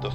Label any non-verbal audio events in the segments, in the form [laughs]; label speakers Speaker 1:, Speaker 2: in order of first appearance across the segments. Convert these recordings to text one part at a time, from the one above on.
Speaker 1: The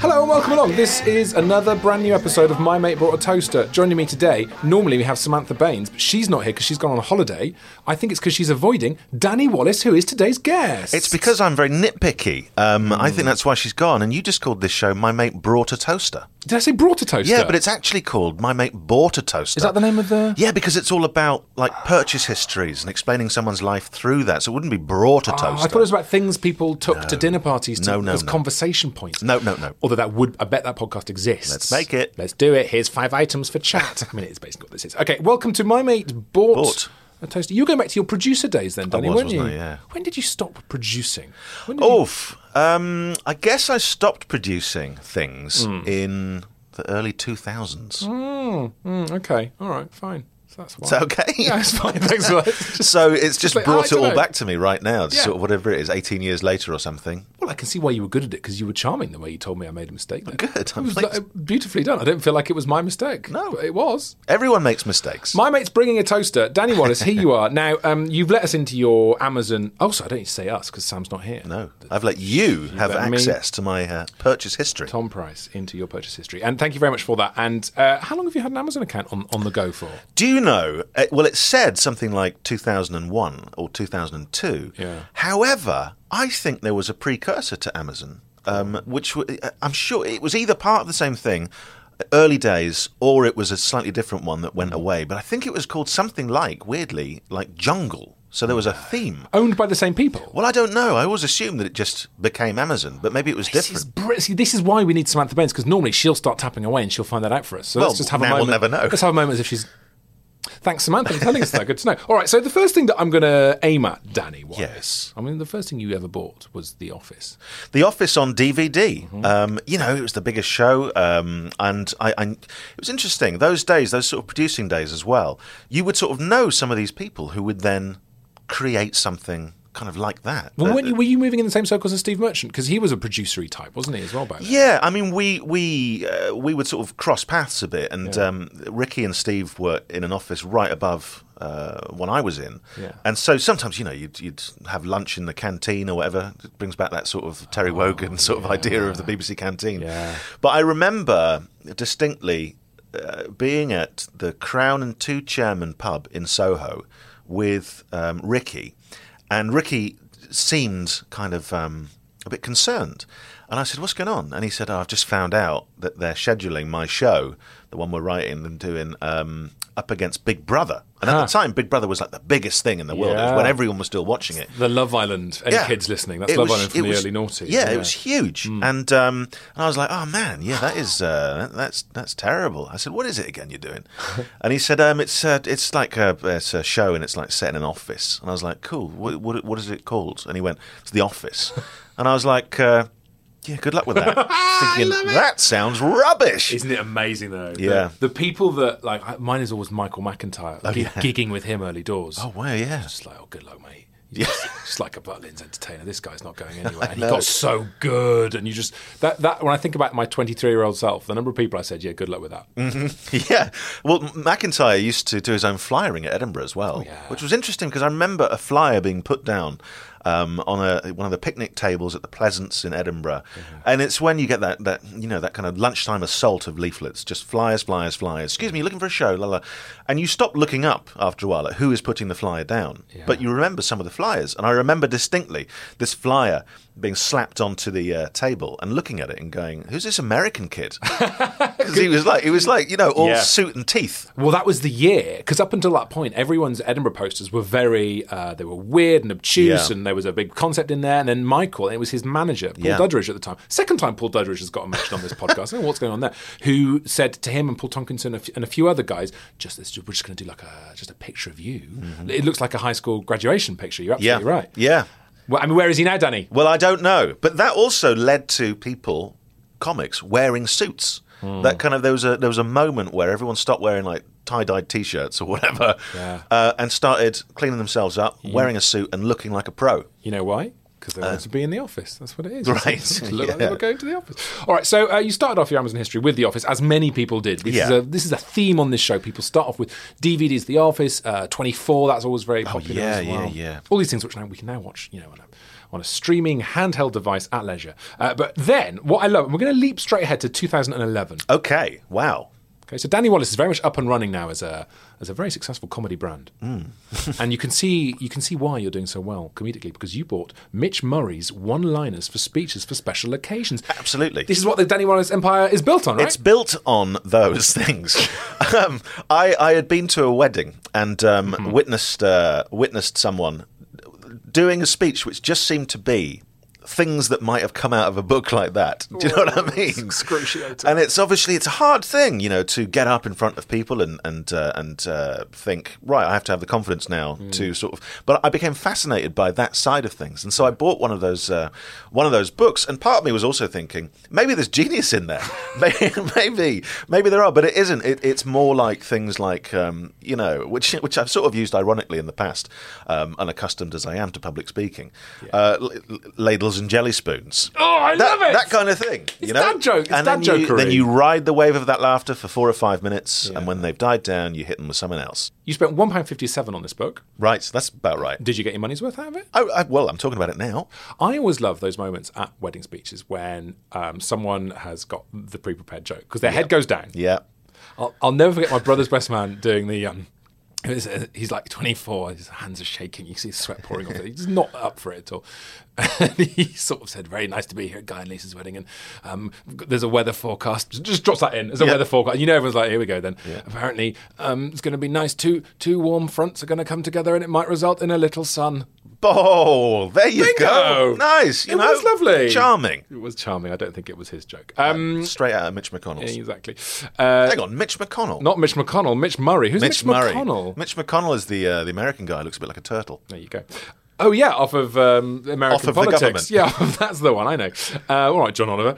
Speaker 2: Hello and welcome along. This is another brand new episode of My Mate Brought a Toaster. Joining me today, normally we have Samantha Baines, but she's not here because she's gone on holiday. I think it's because she's avoiding Danny Wallace, who is today's guest.
Speaker 3: It's because I'm very nitpicky. Um, I
Speaker 2: Hmm.
Speaker 3: think that's why she's gone. And you just called this show "My Mate Brought a Toaster."
Speaker 2: Did I say brought a toaster?
Speaker 3: Yeah, but it's actually called "My Mate Bought a Toaster."
Speaker 2: Is that the name of the-
Speaker 3: Yeah, because it's all about like purchase histories and explaining someone's life through that. So it wouldn't be brought a
Speaker 2: Ah,
Speaker 3: toaster.
Speaker 2: I thought it was about things people took to dinner parties to,
Speaker 3: No, no,
Speaker 2: as
Speaker 3: no.
Speaker 2: conversation points.
Speaker 3: No, no, no.
Speaker 2: Although that would, I bet that podcast exists.
Speaker 3: Let's make it.
Speaker 2: Let's do it. Here's five items for
Speaker 3: [laughs]
Speaker 2: chat. I mean, it's basically what this is. Okay, welcome to My Mate Bought,
Speaker 3: Bought.
Speaker 2: a Toaster. You were going back to your producer days then, Danny,
Speaker 3: was,
Speaker 2: weren't
Speaker 3: wasn't
Speaker 2: you?
Speaker 3: I? Yeah. Oh,
Speaker 2: When did you stop producing? When did you-
Speaker 3: Oof. Um, I guess I stopped producing things
Speaker 2: Hmm.
Speaker 3: in the early 2000s.
Speaker 2: Mm, okay, all right, fine. So that's
Speaker 3: Is
Speaker 2: why.
Speaker 3: that okay?
Speaker 2: [laughs] Yeah,
Speaker 3: [laughs]
Speaker 2: it's fine. Thanks a lot.
Speaker 3: So it's just
Speaker 2: like,
Speaker 3: brought
Speaker 2: I
Speaker 3: it
Speaker 2: don't
Speaker 3: all
Speaker 2: know.
Speaker 3: back to me right now,
Speaker 2: Yeah.
Speaker 3: sort of whatever it is, 18 years later or something.
Speaker 2: [laughs] Well, I can see why you were good at it because you were charming the way you told me I made a mistake. There.
Speaker 3: Good, I'm
Speaker 2: It was
Speaker 3: pleased.
Speaker 2: like, beautifully done. I don't feel like it was my mistake.
Speaker 3: No.
Speaker 2: but it was.
Speaker 3: Everyone makes mistakes.
Speaker 2: My mate's bringing a toaster. Danny Wallace, here you are. Now, um, you've let us into your Amazon. Also, I don't need to say us because Sam's not here.
Speaker 3: No, I've let you, have
Speaker 2: let me-
Speaker 3: access to my uh, purchase history.
Speaker 2: Tom Price into your purchase history. And thank you very much for that. And uh, how long have you had an Amazon account on, on the go for?
Speaker 3: Do you know? Uh, well, it said something like 2001 or 2002.
Speaker 2: Yeah.
Speaker 3: However, I think there was a precursor to Amazon, um, which w- uh, I'm sure it was either part of the same thing, uh, early days, or it was a slightly different one that
Speaker 2: Hmm.
Speaker 3: went away. But I think it was called something like, weirdly, like Jungle. So there was a theme.
Speaker 2: Owned by the same people.
Speaker 3: Well, I don't know. I always assumed that it just became Amazon, but maybe it was
Speaker 2: This
Speaker 3: different.
Speaker 2: is, br- see, this is why we need Samantha Baines because normally she'll start tapping away and she'll find that out for us. So
Speaker 3: Well,
Speaker 2: let's just have a
Speaker 3: now we'll
Speaker 2: moment.
Speaker 3: never know.
Speaker 2: Let's have a moment as if she's. Thanks, Samantha, for telling us that. Good to know. All right, so the first thing that I'm going to aim at, Danny, was
Speaker 3: Yes.
Speaker 2: I mean, the first thing you ever bought was The Office.
Speaker 3: The Office on DVD. Um, you know, it was the biggest show, um, and I, I, it was interesting. Those days, those sort of producing days as well. You would sort of know some of these people who would then create something kind of like that.
Speaker 2: Well,
Speaker 3: Uh,
Speaker 2: weren't you, were you moving in the same circles as Steve Merchant? Because he was a producery type, wasn't he, as well, back then?
Speaker 3: yeah, I mean, we we uh, we would sort of cross paths a bit, and um, Ricky and Steve were in an office right above uh, one I was in,
Speaker 2: Yeah.
Speaker 3: and so sometimes you know you'd, you'd have lunch in the canteen or whatever. It brings back that sort of Terry Wogan sort of idea of the BBC canteen.
Speaker 2: Oh, Yeah.
Speaker 3: But I remember distinctly uh, being at the Crown and Two Chairman pub in Soho with um, Ricky, and Ricky seemed kind of um, a bit concerned. And I said, "What's going on?" And he said, oh, "I've just found out that they're scheduling my show, the one we're writing and doing, um, up against Big Brother." And at the time, Big Brother was like the biggest thing in the world. It was
Speaker 2: Yeah.
Speaker 3: when everyone was still watching it.
Speaker 2: The Love Island, any
Speaker 3: Yeah.
Speaker 2: kids listening? That's
Speaker 3: It
Speaker 2: Love
Speaker 3: was-
Speaker 2: Island
Speaker 3: it
Speaker 2: from the
Speaker 3: was-
Speaker 2: early noughties. Hmm.
Speaker 3: Yeah, it was huge, and um, and I was like, oh man, yeah, that is uh, that's that's terrible. I said, what is it again you're
Speaker 2: [laughs]
Speaker 3: doing? and he said, um, it's uh, it's like a it's a show, and it's like set in an office. And I was like, cool. What what, what is it called? And he went, it's the
Speaker 2: [laughs]
Speaker 3: office. and I was like, uh, yeah, good luck with that. Thinking, that sounds rubbish.
Speaker 2: Isn't it amazing though?
Speaker 3: Yeah.
Speaker 2: The, the people that like I- mine is always Michael McIntyre gi- gigging with him early doors.
Speaker 3: oh wow, yeah.
Speaker 2: Just like, oh, good luck, mate. He's just, just like a Butlins entertainer. This guy's not going anywhere. And he
Speaker 3: know.
Speaker 2: got so good, and you just that that when I think about my 23 year old self, the number of people I said, yeah, good luck with that.
Speaker 3: [laughs] Yeah. Well, M- McIntyre used to do his own flyering at Edinburgh as well,
Speaker 2: yeah.
Speaker 3: which was interesting because I remember a flyer being put down um, on a, one of the picnic tables at the Pleasance in Edinburgh, and it's when you get that, that you know that kind of lunchtime assault of leaflets, just flyers, flyers, flyers. Excuse me, looking for a show, la la, and you stop looking up after a while at who is putting the flyer down, but you remember some of the flyers, and I remember distinctly this flyer being slapped onto the uh, table and looking at it and going, "Who's this American kid?" Because he was like, he was like, you know, all
Speaker 4: Yeah.
Speaker 3: suit and teeth.
Speaker 2: Well, that was the year because up until that point, everyone's Edinburgh posters were very uh, they were weird and obtuse,
Speaker 3: Yeah.
Speaker 2: and there was a big concept in there. And then Michael, and it was his manager, Paul
Speaker 3: Yeah.
Speaker 2: Dudridge at the time. Second time Paul Dudridge has gotten mentioned on this podcast. I don't know what's going on there. Who said to him and Paul Tonkinson and a f- and a few other guys, just this, we're just going to do like a just a picture of you. It looks like a high school graduation picture. You're
Speaker 3: Mm-hmm. Yeah,
Speaker 2: absolutely right.
Speaker 3: Yeah.
Speaker 2: Well, I mean, where is he now, Danny?
Speaker 3: Well, I don't know, but that also led to people, comics, wearing suits. That kind of there was a there was a moment where everyone stopped wearing like tie dyed t shirts or whatever, uh, and started cleaning themselves up, wearing a suit, and looking like a pro.
Speaker 2: You know why? Because they wanted to be in the office. That's what it is.
Speaker 3: Uh, Right.
Speaker 2: It's- it's look like they
Speaker 3: [laughs] Yeah.
Speaker 2: were going to the office. All right. So uh, you started off your Amazon history with The Office, as many people did. This, is,
Speaker 3: Yeah.
Speaker 2: a, this is a theme on this show. People start off with DVDs, The Office, uh, 24. That's always very popular.
Speaker 3: Oh, yeah,
Speaker 2: as well.
Speaker 3: yeah, yeah.
Speaker 2: All these things which now we can now watch, you know, on a, on a streaming handheld device at leisure. Uh, but then, what I love, and we're going to leap straight ahead to 2011.
Speaker 3: Okay, wow.
Speaker 2: Okay, so Danny Wallace is very much up and running now as a as a very successful comedy brand,
Speaker 3: Mm. [laughs]
Speaker 2: and you can see you can see why you're doing so well comedically because you bought Mitch Murray's one-liners for speeches for special occasions.
Speaker 3: Absolutely.
Speaker 2: this is what the Danny Wallace empire is built on, right?
Speaker 3: It's built on those [laughs] things. um, I, I had been to a wedding and um, witnessed uh, witnessed someone doing a speech which just seemed to be things that might have come out of a book like that. Do you know what I mean?
Speaker 2: excruciating.
Speaker 3: And it's obviously it's a hard thing, you know, to get up in front of people and and uh, and uh, think right. I have to have the confidence now to sort of. But I became fascinated by that side of things, and so I bought one of those uh, one of those books. And part of me was also thinking maybe there's genius in there, [laughs] maybe maybe, maybe there are, but it isn't. It, it's more like things like um, you know, which which I've sort of used ironically in the past, um, unaccustomed as I am to public speaking, uh, l- l- ladles and jelly spoons.
Speaker 2: Oh, I
Speaker 3: that,
Speaker 2: love it!
Speaker 3: That kind of thing.
Speaker 2: It's
Speaker 3: you know?
Speaker 2: dad joke, it's
Speaker 3: and
Speaker 2: dad
Speaker 3: then you,
Speaker 2: jokery.
Speaker 3: then you ride the wave of that laughter for four or five minutes, and when they've died down, you hit them with something else.
Speaker 2: you spent one pound fifty-seven on this book.
Speaker 3: Right, so that's about right.
Speaker 2: Did you get your money's worth out of it?
Speaker 3: Oh, I, well, I'm talking about it now.
Speaker 2: I always love those moments at wedding speeches when um, someone has got the pre-prepared joke because their head goes down.
Speaker 3: Yeah.
Speaker 2: I'll, I'll never forget my brother's best man doing the. Um, it was, uh, he's like 24. His hands are shaking. You see sweat pouring off. He's not up for it at all. [laughs] And he sort of said, "Very nice to be here at Guy and Lisa's wedding." And um, there's a weather forecast. Just drops that in. There's a
Speaker 3: Yeah.
Speaker 2: weather forecast. You know, everyone's like, "Here we go." Then apparently, um, it's going to be nice. Two two warm fronts are going to come together, and it might result in a little sun.
Speaker 3: Oh, there you go.
Speaker 2: Bingo!
Speaker 3: Nice. You
Speaker 2: It
Speaker 3: know,
Speaker 2: was lovely.
Speaker 3: Charming.
Speaker 2: It was charming. I don't think it was his joke. Um,
Speaker 3: Straight out of Mitch McConnell's.
Speaker 2: exactly. Uh,
Speaker 3: Hang on, Mitch McConnell.
Speaker 2: not Mitch McConnell. Mitch Murray. Who's
Speaker 3: Mitch,
Speaker 2: Mitch,
Speaker 3: Murray.
Speaker 2: McConnell?
Speaker 3: Mitch McConnell is the uh, the American guy. who Looks a bit like a turtle.
Speaker 2: There you go. Oh yeah, off of um, American
Speaker 3: Off of the
Speaker 2: politics.
Speaker 3: government.
Speaker 2: yeah, [laughs] that's the one I know. Uh, all right, John Oliver.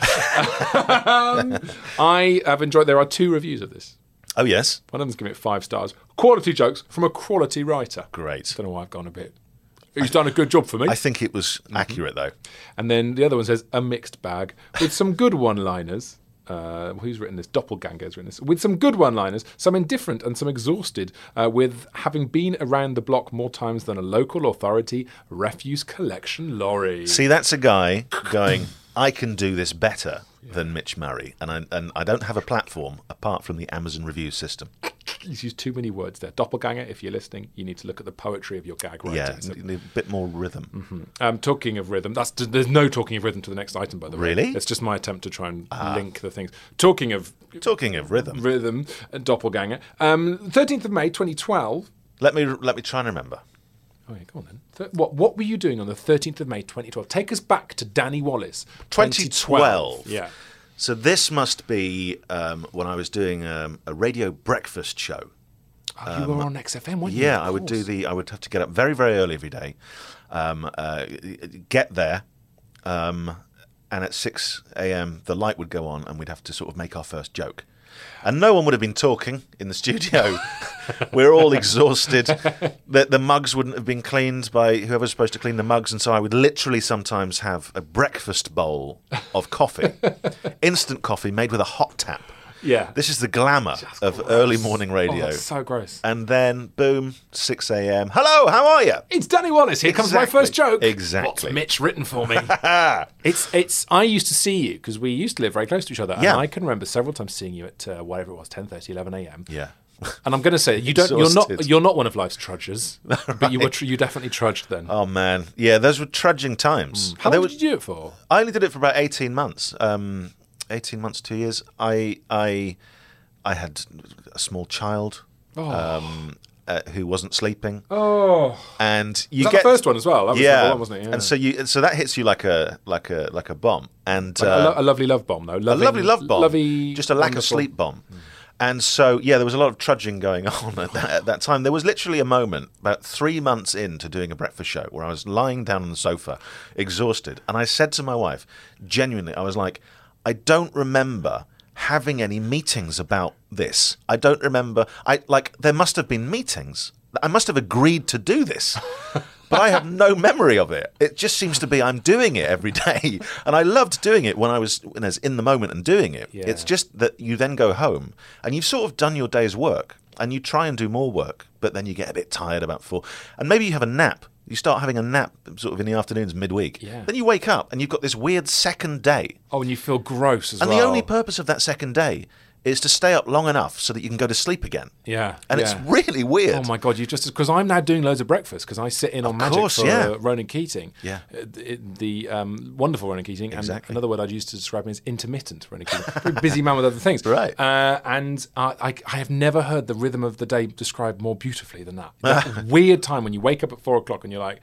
Speaker 2: um,
Speaker 3: [laughs]
Speaker 2: I have enjoyed. There are two reviews of this.
Speaker 3: Oh yes,
Speaker 2: One of them's giving it five stars. Quality jokes from a quality writer.
Speaker 3: Great.
Speaker 2: Don't know why I've gone a bit. He's done a good job for me.
Speaker 3: I think it was
Speaker 2: Mm-hmm.
Speaker 3: accurate though.
Speaker 2: and then the other one says a mixed bag with some good one-liners. Uh, who's written this? Doppelganger has written this. With some good one-liners, some indifferent and some exhausted, uh, with having been around the block more times than a local authority refuse collection lorry.
Speaker 3: See, that's a guy going. I can do this better than Mitch Murray, and I and I don't have a platform apart from the Amazon review system.
Speaker 2: He's used too many words there. Doppelganger, if you're listening, you need to look at the poetry of your gag writing.
Speaker 3: Yeah,
Speaker 2: So,
Speaker 3: a bit more rhythm.
Speaker 2: um, talking of rhythm, that's there's no talking of rhythm to the next item, by the way.
Speaker 3: Really? Ah.
Speaker 2: It's just my attempt to try and link the things. Talking of
Speaker 3: Talking of rhythm,
Speaker 2: rhythm and doppelganger, um, 13th of May 2012,
Speaker 3: let me let me try and remember.
Speaker 2: Oh yeah, go on then. Th- what what were you doing on the 13th of May 2012? Take us back to Danny Wallace.
Speaker 3: 2012.
Speaker 2: Yeah.
Speaker 3: So this must be um, when I was doing um, a radio breakfast show.
Speaker 2: Oh, you were on XFM, weren't you?
Speaker 3: Um, Yeah,
Speaker 2: Of
Speaker 3: I would do
Speaker 2: course.
Speaker 3: the. I would have to get up very, very early every day, um, uh, get there, um, and at six a.m. the light would go on, and we'd have to sort of make our first joke. And no one would have been talking in the studio. [laughs] We're all exhausted. The, the mugs wouldn't have been cleaned by whoever's supposed to clean the mugs. And so I would literally
Speaker 2: [laughs]
Speaker 3: sometimes have a breakfast bowl of coffee, instant coffee made with a hot tap.
Speaker 2: Yeah.
Speaker 3: This is the glamour of early morning radio. Uh,
Speaker 2: Oh, that's so gross.
Speaker 3: and then, boom, 6 a.m. Hello, how are you?
Speaker 2: It's Danny Wallace. Here comes my
Speaker 3: Exactly.
Speaker 2: first joke.
Speaker 3: Exactly.
Speaker 2: What's Mitch written for
Speaker 3: [laughs]
Speaker 2: me? it's it's. I used to see you because we used to live very close to each other, and
Speaker 3: Yeah.
Speaker 2: I can remember several times seeing you at uh, whatever it was, 10, 11 a.m.
Speaker 3: Yeah.
Speaker 2: And I'm going to say you don't. You're not.
Speaker 3: Exhausted.
Speaker 2: You're not one of life's trudgers, but you
Speaker 3: [laughs]
Speaker 2: were. Tr- you definitely trudged then.
Speaker 3: Oh, man. Yeah, those were trudging times.
Speaker 2: Mm. How
Speaker 3: They
Speaker 2: long
Speaker 3: were-
Speaker 2: did you do it for?
Speaker 3: I only did it for about eighteen months. Um, eighteen months, two years. I I I had a small child
Speaker 2: Oh.
Speaker 3: um, uh, who wasn't sleeping. Oh, and you
Speaker 2: Was that
Speaker 3: get
Speaker 2: the first one as well? That was
Speaker 3: yeah,
Speaker 2: number one, wasn't it? Yeah.
Speaker 3: And so you so that hits you like a like a like a bomb, and
Speaker 2: a,
Speaker 3: uh,
Speaker 2: lo- a lovely love bomb, though.
Speaker 3: a lovely love bomb,
Speaker 2: Lovely,
Speaker 3: just a lack of
Speaker 2: wonderful-
Speaker 3: sleep bomb. And so, yeah, there was a lot of trudging going [laughs] on at that, at that time. There was literally a moment about three months into doing a breakfast show where I was lying down on the sofa, exhausted, and I said to my wife, genuinely, I was like, I don't remember having any meetings about this. I don't remember. I like there must have been meetings. I must have agreed to do this. But I have no memory of it. It just seems to be I'm doing it every [laughs] day, and I loved doing it when I was when I was in the moment and doing it.
Speaker 2: Yeah.
Speaker 3: It's just that you then go home and you've sort of done your day's work, and you try and do more work, but then you get a bit tired about four, and maybe you have a nap. You start having a nap sort of in the afternoons midweek.
Speaker 2: Yeah.
Speaker 3: Then you wake up and you've got this weird second day
Speaker 2: Oh, and you feel gross as
Speaker 3: and
Speaker 2: well.
Speaker 3: the only purpose of that second day is to stay up long enough so that you can go to sleep again.
Speaker 2: Yeah,
Speaker 3: And
Speaker 2: yeah.
Speaker 3: it's really weird.
Speaker 2: Oh my god, you just because I'm now doing loads of breakfast because I sit in on magic
Speaker 3: course,
Speaker 2: for
Speaker 3: yeah.
Speaker 2: uh, Ronan Keating.
Speaker 3: Yeah.
Speaker 2: Uh, the, the, um, wonderful Ronan Keating.
Speaker 3: Exactly.
Speaker 2: And another word I'd use to describe him is intermittent Ronan Keating. Very busy man with other things.
Speaker 3: Right.
Speaker 2: Uh, and uh, I, I have never heard the rhythm of the day described more beautifully than that.
Speaker 3: [laughs]
Speaker 2: That weird time when you wake up at four o'clock and you're like.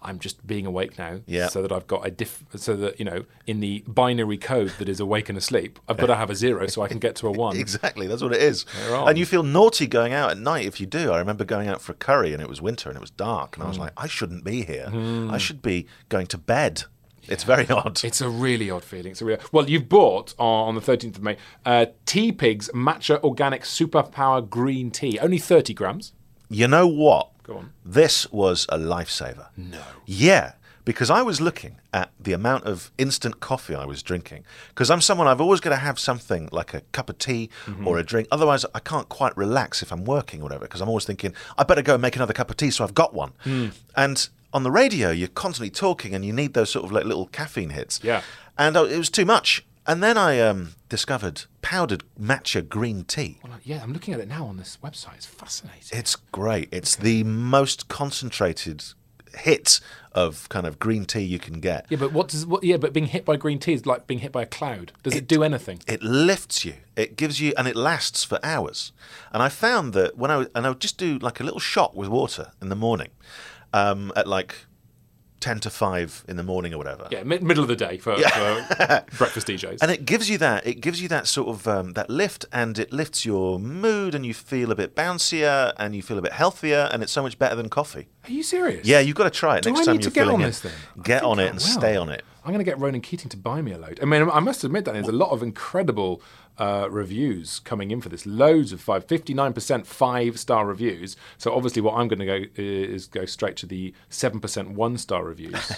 Speaker 2: I'm just being awake now,
Speaker 3: Yeah.
Speaker 2: so that I've got a diff. So that you know, in the binary code that is awake and asleep, I've got to have a zero so I can get to a one.
Speaker 3: [laughs] Exactly, that's what it is.
Speaker 2: They're on.
Speaker 3: And you feel naughty going out at night if you do. I remember going out for a curry and it was winter and it was dark, and I was
Speaker 2: Hmm.
Speaker 3: like, I shouldn't be here. I should be going to bed. It's very odd.
Speaker 2: It's a really odd feeling. It's a real. Well, you've bought on the 13th of May uh, Tea Pig's Matcha Organic Superpower Green Tea. Only 30 grams.
Speaker 3: You know what?
Speaker 2: Go on.
Speaker 3: This was a lifesaver. No. Yeah, because I was looking at the amount of instant coffee I was drinking. Because I'm someone I've always got to have something like a cup of tea
Speaker 2: Mm-hmm.
Speaker 3: or a drink. Otherwise, I can't quite relax if I'm working or whatever. Because I'm always thinking I better go and make another cup of tea, so I've got one.
Speaker 2: Hmm.
Speaker 3: And on the radio, you're constantly talking, and you need those sort of like little caffeine hits.
Speaker 2: Yeah.
Speaker 3: And I, it was too much. And then I um, discovered powdered matcha green tea.
Speaker 2: Well, yeah, I'm looking at it now on this website. It's fascinating.
Speaker 3: It's great. It's the most concentrated hit of kind of green tea you can get.
Speaker 2: yeah, but what does? What, yeah, but being hit by green tea is like being hit by a cloud. Does it, do anything?
Speaker 3: It lifts you. It gives you, and it lasts for hours. And I found that when I was- and I would just do like a little shot with water in the morning, um, at like ten to five in the morning or whatever.
Speaker 2: Yeah, mid- middle of the day for, [laughs] for breakfast DJs.
Speaker 3: And it gives you that. It gives you that sort of um, that lift, and it lifts your mood, and you feel a bit bouncier, and you feel a bit healthier, and it's so much better than coffee.
Speaker 2: Are you serious?
Speaker 3: Yeah, you've got to try it
Speaker 2: Do
Speaker 3: next
Speaker 2: I
Speaker 3: time
Speaker 2: need to
Speaker 3: you're
Speaker 2: get
Speaker 3: feeling
Speaker 2: on
Speaker 3: it.
Speaker 2: this then? I
Speaker 3: Get
Speaker 2: think
Speaker 3: on
Speaker 2: I
Speaker 3: it and
Speaker 2: will.
Speaker 3: stay on it.
Speaker 2: I'm going to get Ronan Keating to buy me a load. I mean, I must admit that there's a lot of incredible uh, reviews coming in for this. Loads of five, 59% five star reviews. So obviously, what I'm going to go is go straight to the 7% one star
Speaker 3: [laughs]
Speaker 2: reviews.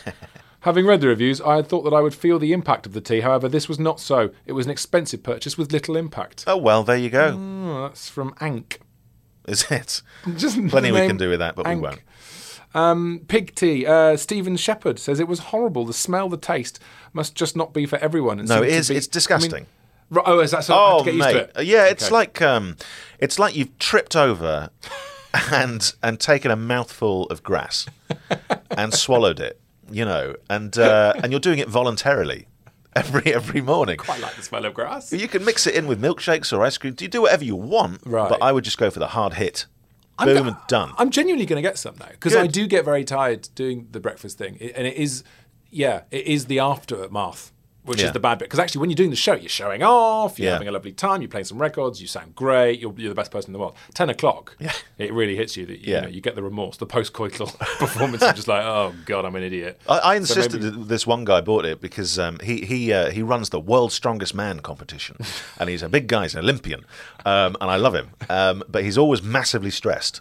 Speaker 2: Having read the reviews, I had thought that I would feel the impact of the tea. However, this was not so. It was an expensive purchase with little impact.
Speaker 3: Oh well, there you go.
Speaker 2: Oh, that's from Ank. [laughs]
Speaker 3: Is it?
Speaker 2: Just the
Speaker 3: Plenty we
Speaker 2: name
Speaker 3: can do with that, but
Speaker 2: Ank.
Speaker 3: we won't.
Speaker 2: Pig tea. Uh, Stephen Shepherd says it was horrible. The smell, the taste must just not be for everyone.
Speaker 3: No,
Speaker 2: seemed
Speaker 3: it
Speaker 2: to
Speaker 3: is.
Speaker 2: be-
Speaker 3: It's
Speaker 2: I mean-
Speaker 3: disgusting.
Speaker 2: Right, oh, is that so? I have
Speaker 3: oh
Speaker 2: to get
Speaker 3: mate,
Speaker 2: used to it.
Speaker 3: yeah, it's
Speaker 2: Okay.
Speaker 3: like um, it's like you've tripped over and and taken a mouthful of grass and swallowed it, you know, and uh, and you're doing it voluntarily every every morning.
Speaker 2: I like the smell of grass.
Speaker 3: You can mix it in with milkshakes or ice cream. You do whatever you want,
Speaker 2: Right.
Speaker 3: but I would just go for the hard hit.
Speaker 2: I'm
Speaker 3: Boom
Speaker 2: go-
Speaker 3: and done.
Speaker 2: I'm genuinely going to get some now because
Speaker 3: Good.
Speaker 2: I do get very tired doing the breakfast thing, I- and it is, yeah, it is the aftermath, which
Speaker 3: Yeah.
Speaker 2: is the bad bit. Because actually, when you're doing the show, you're showing off, you're
Speaker 3: Yeah.
Speaker 2: having a lovely time, you're playing some records, you sound great, you're, you're the best person in the world. Ten o'clock,
Speaker 3: Yeah.
Speaker 2: it really hits you that you,
Speaker 3: Yeah.
Speaker 2: know, you get the remorse, the post-coital [laughs] performance. of just like, oh god, I'm an idiot.
Speaker 3: I, I
Speaker 2: So
Speaker 3: insisted
Speaker 2: maybe-
Speaker 3: that this one guy bought it because um, he he uh, he runs the world's strongest
Speaker 2: [laughs]
Speaker 3: man competition, and he's a big guy, he's an Olympian, um, and I love him. Um, but he's always massively stressed,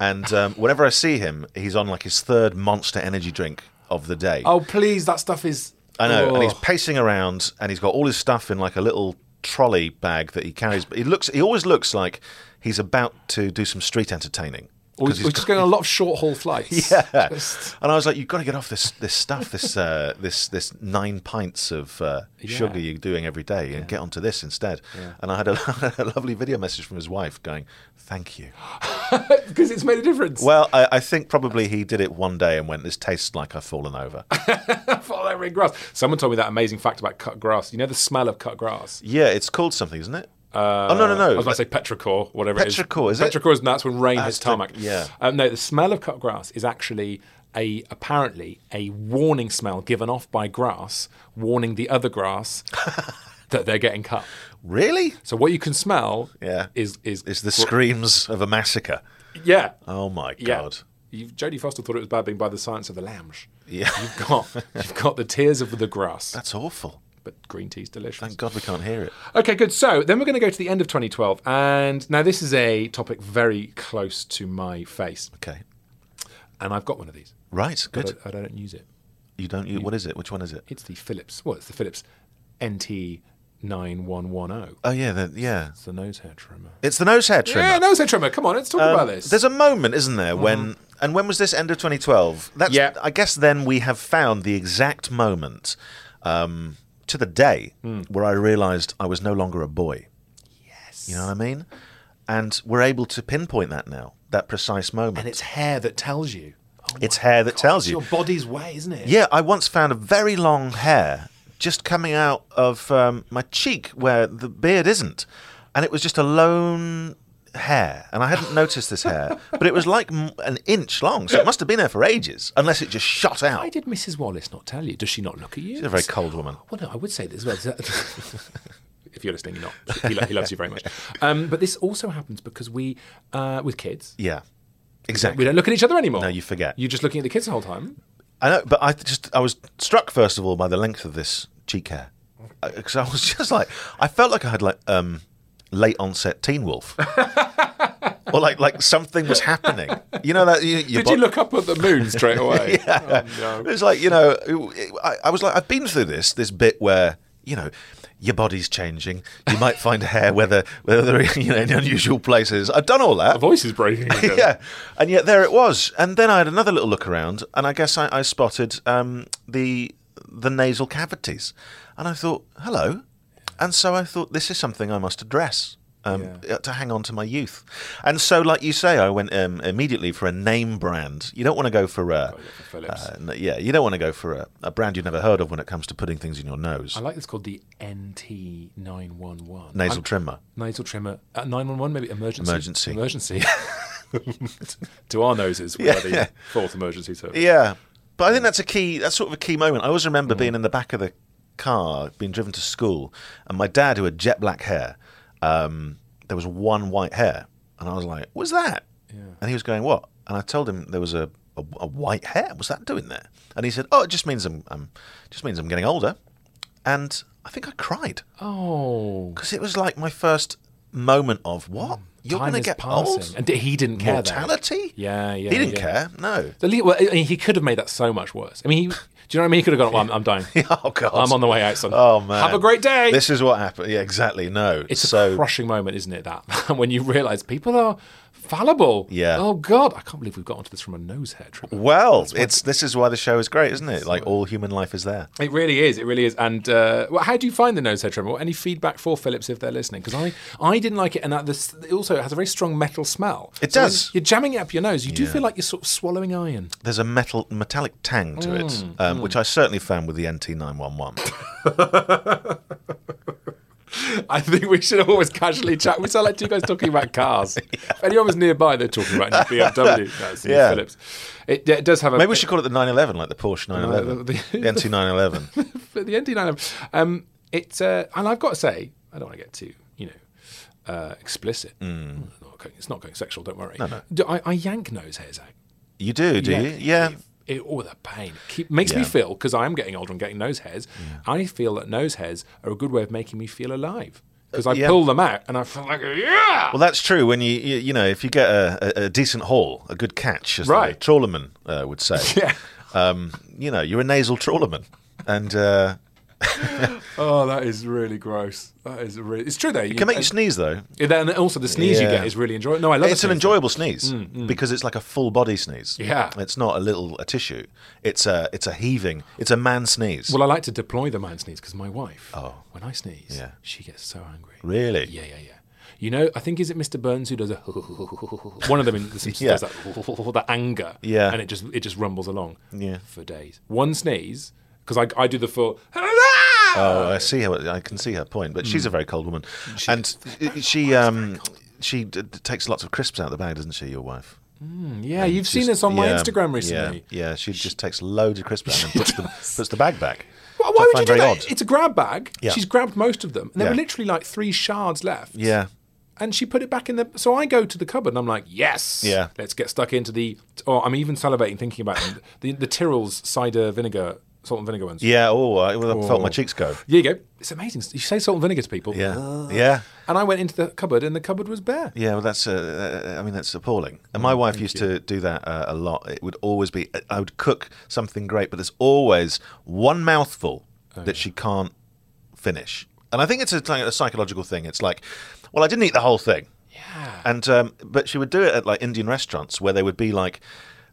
Speaker 3: and um, whenever I see him, he's on like his third Monster Energy drink of the day.
Speaker 2: oh please, that stuff is.
Speaker 3: I know, and
Speaker 2: Oh.
Speaker 3: he's pacing around, and he's got all his stuff in like a little trolley bag that he carries. But he looks, he always looks like he's about to do some street entertaining.
Speaker 2: Or he's,
Speaker 3: 'Cause he's
Speaker 2: or he's just going on a lot of short haul flights. [laughs]
Speaker 3: [laughs] yeah. And I was like, you've got to get off this this stuff, this uh, this this nine pints of uh, sugar you're doing every day, and get onto this instead. And I had a, [laughs] a lovely video message from his wife going, "Thank
Speaker 2: [gasps]
Speaker 3: you."
Speaker 2: because it's made a difference.
Speaker 3: Well, I, I think probably he did it one day and went, "This tastes like I've
Speaker 2: [laughs]
Speaker 3: fallen over."
Speaker 2: Following grass. Someone told me that amazing fact about cut grass. You know the smell of cut grass.
Speaker 3: yeah, it's called something, isn't it? Uh, oh no, no, no!
Speaker 2: I was about to say petrichor, whatever it is.
Speaker 3: Petrichor, is it?
Speaker 2: Petrichor is that's when rain
Speaker 3: That's
Speaker 2: hits
Speaker 3: the-
Speaker 2: tarmac.
Speaker 3: yeah.
Speaker 2: Um, no, the smell of cut grass is actually a apparently a warning smell given off by grass, warning the other grass
Speaker 3: [laughs]
Speaker 2: that they're getting cut.
Speaker 3: really?
Speaker 2: So what you can smell
Speaker 3: Yeah.
Speaker 2: is is
Speaker 3: It's the screams of a massacre.
Speaker 2: yeah
Speaker 3: Oh my
Speaker 2: yeah.
Speaker 3: god!
Speaker 2: You, Jodie Foster thought it was bad being by the science of the lounge.
Speaker 3: Yeah.
Speaker 2: You've got you've got the tears of the grass,
Speaker 3: That's awful.
Speaker 2: but green tea's delicious.
Speaker 3: Thank God we can't hear it.
Speaker 2: Okay, good. So then we're going to go to the end of 2012, and now this is a topic very close to my face,
Speaker 3: Okay.
Speaker 2: and I've got one of these.
Speaker 3: Right.
Speaker 2: but
Speaker 3: Good.
Speaker 2: I, I don't use it.
Speaker 3: You don't. You, what is it? Which one is it?
Speaker 2: It's the Philips. Well, it's the Philips NT9110.
Speaker 3: Oh yeah. The, yeah.
Speaker 2: It's the nose hair trimmer.
Speaker 3: It's the nose hair trimmer. Um,
Speaker 2: Yeah, nose hair trimmer. Come on, let's talk about this. Uh-huh.
Speaker 3: There's a moment, isn't there, when and when was this end of 2012? That's
Speaker 2: Yeah.
Speaker 3: I guess then we have found the exact moment um, to the day
Speaker 2: Hmm.
Speaker 3: where I realized I was no longer a boy. Yes. You know what I mean? And we're able to pinpoint that now, that precise moment.
Speaker 2: and it's hair that tells you. Oh
Speaker 3: It's
Speaker 2: my
Speaker 3: hair that
Speaker 2: God,
Speaker 3: tells
Speaker 2: it's
Speaker 3: you.
Speaker 2: your body's way, isn't it?
Speaker 3: Yeah, I once found a very long hair just coming out of um, my cheek where the beard isn't. And it was just a lone hair. And I hadn't noticed
Speaker 2: [laughs]
Speaker 3: this hair, but it was like m- an inch long. So it must have been there for ages, unless it just shot
Speaker 2: Why
Speaker 3: out.
Speaker 2: did Mrs. Wallace not tell you? Does she not look at you?
Speaker 3: She's a very cold woman.
Speaker 2: Well, no, I would say this as well. is that- [laughs] if you're listening, you're not. He, lo- he loves you very much. Um, but this also happens because we, uh, with kids,
Speaker 3: Yeah,
Speaker 2: we
Speaker 3: exactly.
Speaker 2: don't look at each other anymore.
Speaker 3: No, you forget.
Speaker 2: You're just looking at the kids the whole time.
Speaker 3: I know, but I just, I was struck, first of all, by the length of this cheek hair. Because I was [laughs] just like, I felt like I had like um, late onset
Speaker 2: [laughs]
Speaker 3: Teen Wolf. or like, like something was happening. You know that you, your
Speaker 2: Did you
Speaker 3: bo-
Speaker 2: look up at the moon straight
Speaker 3: [laughs]
Speaker 2: away? Oh,
Speaker 3: It was like you know, I, I was like, I've been through this this bit where you know, your body's changing. You might find hair whether whether you know in unusual places. I've done all
Speaker 2: The
Speaker 3: that.
Speaker 2: voice is breaking. again.
Speaker 3: [laughs] Yeah, and yet there it was. And then I had another little look around, and I guess I, I spotted um, the the nasal cavities, and I thought, hello. And so I thought, this is something I must address um,
Speaker 2: Yeah.
Speaker 3: to hang on to my youth. And so, like you say, I went um, immediately for a name brand. You don't want to go for uh,
Speaker 2: Oh, yeah, for Philips.
Speaker 3: uh, n- yeah, you don't want to go for a, a brand you've never heard of when it comes to putting things in your nose.
Speaker 2: I like this called the NT911.
Speaker 3: Nasal
Speaker 2: I'm-
Speaker 3: trimmer.
Speaker 2: Nasal trimmer. Uh, 911, maybe emergency.
Speaker 3: Emergency.
Speaker 2: Emergency. [laughs] to our noses, we are the fourth emergency service.
Speaker 3: Yeah, but I think that's a key. That's sort of a key moment. I always
Speaker 2: Mm.
Speaker 3: remember being in the back of the car, being driven to school, and my dad, who had jet black hair, um, there was one white hair, and I was like, "What's that?" Yeah. And he was going, "What?" And I told him there was a, a, a white hair. What's that doing there? And he said, "Oh, it just means I'm, I'm just means I'm getting older." And I think I cried
Speaker 2: Oh.
Speaker 3: because it was like my first moment of what you're
Speaker 2: Mm. Time
Speaker 3: going to
Speaker 2: is
Speaker 3: get
Speaker 2: passing.
Speaker 3: old.
Speaker 2: And d- he didn't care. though.
Speaker 3: Mortality?
Speaker 2: Yeah, yeah.
Speaker 3: he didn't
Speaker 2: yeah.
Speaker 3: care. No. [laughs]
Speaker 2: The le- well, I mean, he could have made that so much worse. I mean, he, do you know what I mean? He could have gone, well, I'm, I'm
Speaker 3: [laughs]
Speaker 2: dying.
Speaker 3: Oh God!
Speaker 2: I'm on the way out, son.
Speaker 3: Oh man!
Speaker 2: Have a great day.
Speaker 3: This is what happened. Yeah, exactly. No,
Speaker 2: it's a
Speaker 3: so
Speaker 2: crushing moment, isn't it? That [laughs] when you realise people are fallible.
Speaker 3: Yeah.
Speaker 2: Oh God, I can't believe we've got onto this from a nose hair trimmer.
Speaker 3: well. It's this is why the show is great, isn't it? Like all human life is there.
Speaker 2: It really is. It really is. And uh, well, how do you find the nose hair trimmer? Well, any feedback for Phillips if they're listening? Because I, I didn't like it, and that this it also has a very strong metal smell.
Speaker 3: It
Speaker 2: when
Speaker 3: does.
Speaker 2: You're jamming it up your nose. You do feel like you're sort of swallowing iron. [laughs]
Speaker 3: There's a metal metallic tang to
Speaker 2: Mm,
Speaker 3: it, um, which I certainly found with the NT911.
Speaker 2: I think we should always casually chat. We sound like two guys talking about
Speaker 3: [laughs]
Speaker 2: cars. If anyone was nearby, they're talking about new BMW. That's the new
Speaker 3: Yeah.
Speaker 2: Phillips. It, it does have a.
Speaker 3: Maybe we should call it the 911, like
Speaker 2: [laughs]
Speaker 3: the Porsche 911,
Speaker 2: the-
Speaker 3: the,
Speaker 2: the- [laughs]
Speaker 3: NT911.
Speaker 2: the NT9. Um, it's uh, and I've got to say, I don't want to get too you know uh, explicit.
Speaker 3: Mm.
Speaker 2: It's not going- It's not going sexual. Don't worry. No, no. I, I yank nose hairs out.
Speaker 3: you do, do you? Yeah.
Speaker 2: It, it, oh, the pain It keep, makes me
Speaker 3: Yeah.
Speaker 2: feel because I am getting older and getting nose hairs. I feel that nose hairs are a good way of making me feel alive because I
Speaker 3: Uh, yeah.
Speaker 2: pull them out and I feel like yeah.
Speaker 3: Well, that's true. When you you, you know, if you get a, a, a decent haul, a good catch, as
Speaker 2: Right.
Speaker 3: the
Speaker 2: [laughs]
Speaker 3: trawlerman uh, would say,
Speaker 2: [laughs] Yeah.
Speaker 3: um, you know, you're a nasal trawlerman, and uh,
Speaker 2: Oh, that is really gross. That is really. It's true though.
Speaker 3: It can make you sneeze though.
Speaker 2: And then also the sneeze you
Speaker 3: Yeah.
Speaker 2: get is really enjoyable. No, I love.
Speaker 3: It's
Speaker 2: the
Speaker 3: an
Speaker 2: sneeze, though.
Speaker 3: enjoyable sneeze because it's like a full body sneeze.
Speaker 2: mm. Yeah.
Speaker 3: it's not a little a tissue. It's a it's a heaving. It's a man sneeze.
Speaker 2: Well, I like to deploy the man sneeze because my wife.
Speaker 3: Oh.
Speaker 2: When I sneeze,
Speaker 3: Yeah.
Speaker 2: she gets so angry.
Speaker 3: really?
Speaker 2: Yeah, yeah, yeah. You know, I think is it Mr. Burns who does a [laughs] one of them in The Simpsons
Speaker 3: [laughs] Yeah.
Speaker 2: does that [laughs] that anger.
Speaker 3: Yeah.
Speaker 2: and it just it just rumbles along.
Speaker 3: Yeah.
Speaker 2: for days. One sneeze because I, I do the full. [laughs]
Speaker 3: Oh, I see her. I can see her point, but
Speaker 2: Mm.
Speaker 3: she's a very cold woman, and she um she d- d- takes lots of crisps out of the bag, doesn't she? Your wife.
Speaker 2: yeah, you've seen
Speaker 3: Just-
Speaker 2: this on my
Speaker 3: yeah,
Speaker 2: Instagram
Speaker 3: yeah,
Speaker 2: recently.
Speaker 3: Yeah, she just takes loads of crisps out
Speaker 2: [laughs]
Speaker 3: and puts the, puts the bag back.
Speaker 2: Why,
Speaker 3: which I
Speaker 2: why would you
Speaker 3: find
Speaker 2: do
Speaker 3: very
Speaker 2: that?
Speaker 3: odd.
Speaker 2: It's a grab bag.
Speaker 3: Yeah.
Speaker 2: She's grabbed most of them, and there were
Speaker 3: Yeah.
Speaker 2: literally like three shards left.
Speaker 3: Yeah.
Speaker 2: and she put it back in the. So I go to the cupboard and I'm like, yes,
Speaker 3: Yeah.
Speaker 2: let's get stuck into the. Oh, I'm even salivating thinking about them. [laughs] the the Tyrrell's cider vinegar, salt and vinegar ones.
Speaker 3: Yeah. Oh, I well, I felt
Speaker 2: Oh.
Speaker 3: my cheeks go.
Speaker 2: There you go. It's amazing. You say salt and vinegar to people.
Speaker 3: Yeah. Yeah.
Speaker 2: And I went into the cupboard, and the cupboard was bare.
Speaker 3: Yeah, well, that's. Uh, uh, I mean, that's appalling. And
Speaker 2: Mm,
Speaker 3: my wife used to do that uh, a lot. It would always be. I would cook something great, but there's always one mouthful
Speaker 2: Oh,
Speaker 3: that she can't finish. And I think it's a, a psychological thing. It's like, well, I didn't eat the whole thing.
Speaker 2: Yeah.
Speaker 3: And um, but she would do it at like Indian restaurants where they would be like,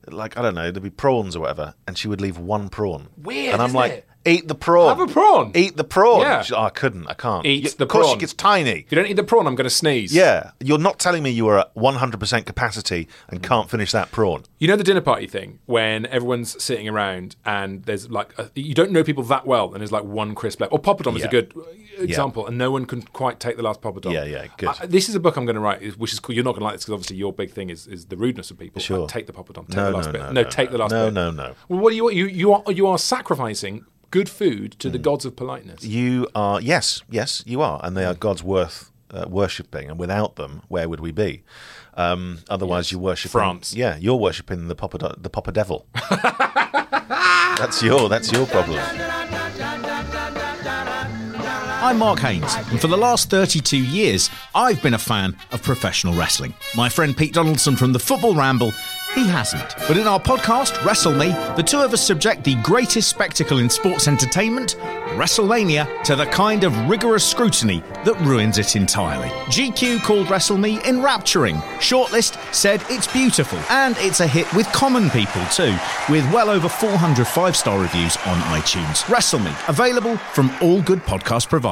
Speaker 3: like I don't know, there'd be prawns or whatever, and she would leave one prawn.
Speaker 2: Weird,
Speaker 3: And I'm
Speaker 2: isn't
Speaker 3: like,
Speaker 2: it?
Speaker 3: eat the prawn.
Speaker 2: Have a prawn.
Speaker 3: Eat the prawn.
Speaker 2: Yeah.
Speaker 3: She- oh, I couldn't. I can't.
Speaker 2: Eat
Speaker 3: Yeah,
Speaker 2: the
Speaker 3: of course,
Speaker 2: prawn.
Speaker 3: she gets tiny.
Speaker 2: If you don't eat the prawn, I'm going to sneeze.
Speaker 3: Yeah, you're not telling me you are at 100% capacity
Speaker 2: Mm.
Speaker 3: and can't finish that prawn.
Speaker 2: You know the dinner party thing when everyone's sitting around and there's like a, you don't know people that well and there's like one crisp left. Or poppadom is a
Speaker 3: Yeah.
Speaker 2: good example, and no one can quite take the last poppadom.
Speaker 3: Yeah, yeah, good.
Speaker 2: I- this is a book I'm going to write, which is cool. You're not going to like this because obviously your big thing is, is the rudeness of people.
Speaker 3: Sure.
Speaker 2: Like, take the poppadom. Take
Speaker 3: No,
Speaker 2: the last
Speaker 3: no,
Speaker 2: bit.
Speaker 3: no,
Speaker 2: no,
Speaker 3: no,
Speaker 2: take the
Speaker 3: no.
Speaker 2: last
Speaker 3: No,
Speaker 2: bit.
Speaker 3: no, no.
Speaker 2: Well, what are you you you are you are sacrificing good food to the
Speaker 3: Mm.
Speaker 2: gods of politeness.
Speaker 3: You are, yes, yes, you are. And they
Speaker 2: Mm.
Speaker 3: are God's worth uh, worshipping. And without them, where would we be? Um, otherwise, you're worshipping.
Speaker 2: France.
Speaker 3: Yeah, you're worshipping the Papa, the Papa Devil. [laughs] that's your that's your problem.
Speaker 2: [laughs]
Speaker 5: I'm Mark Haynes, and for the last 32 years, I've been a fan of professional wrestling. My friend Pete Donaldson from the Football Ramble, he hasn't. But in our podcast, Wrestle Me, the two of us subject the greatest spectacle in sports entertainment, WrestleMania, to the kind of rigorous scrutiny that ruins it entirely. GQ called Wrestle Me enrapturing. Shortlist said it's beautiful, and it's a hit with common people too, with well over 400 five star reviews on iTunes. Wrestle Me, available from all good podcast providers.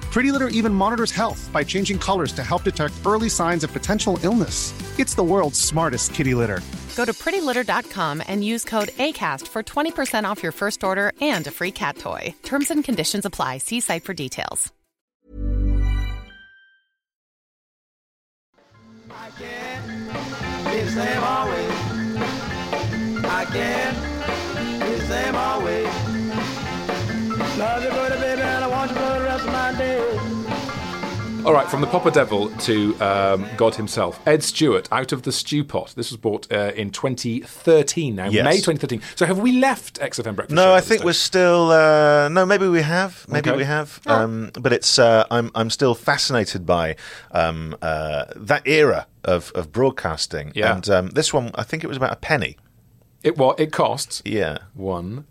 Speaker 6: Pretty Litter even monitors health by changing colors to help detect early signs of potential illness. It's the world's smartest kitty litter.
Speaker 7: Go to prettylitter.com and use code ACAST for 20% off your first order and a free cat toy. Terms and conditions apply. See site for details.
Speaker 2: All right, from the Popper Devil to um, God himself. Ed Stewart, Out of the Stew Pot. This was bought uh, in 2013 now,
Speaker 3: Yes.
Speaker 2: May 2013. So have we left XFM Breakfast? Show
Speaker 3: No,
Speaker 2: at
Speaker 3: I
Speaker 2: this
Speaker 3: think
Speaker 2: stage?
Speaker 3: we're still. Uh, no, maybe we have. Maybe
Speaker 2: Okay. Oh.
Speaker 3: we have. Um, but it's. Uh, I'm. I'm still fascinated by um, uh, that era of, of broadcasting.
Speaker 2: Yeah.
Speaker 3: And um, this one, I think it was about a penny.
Speaker 2: It, what? It costs
Speaker 3: Yeah.
Speaker 2: 1p.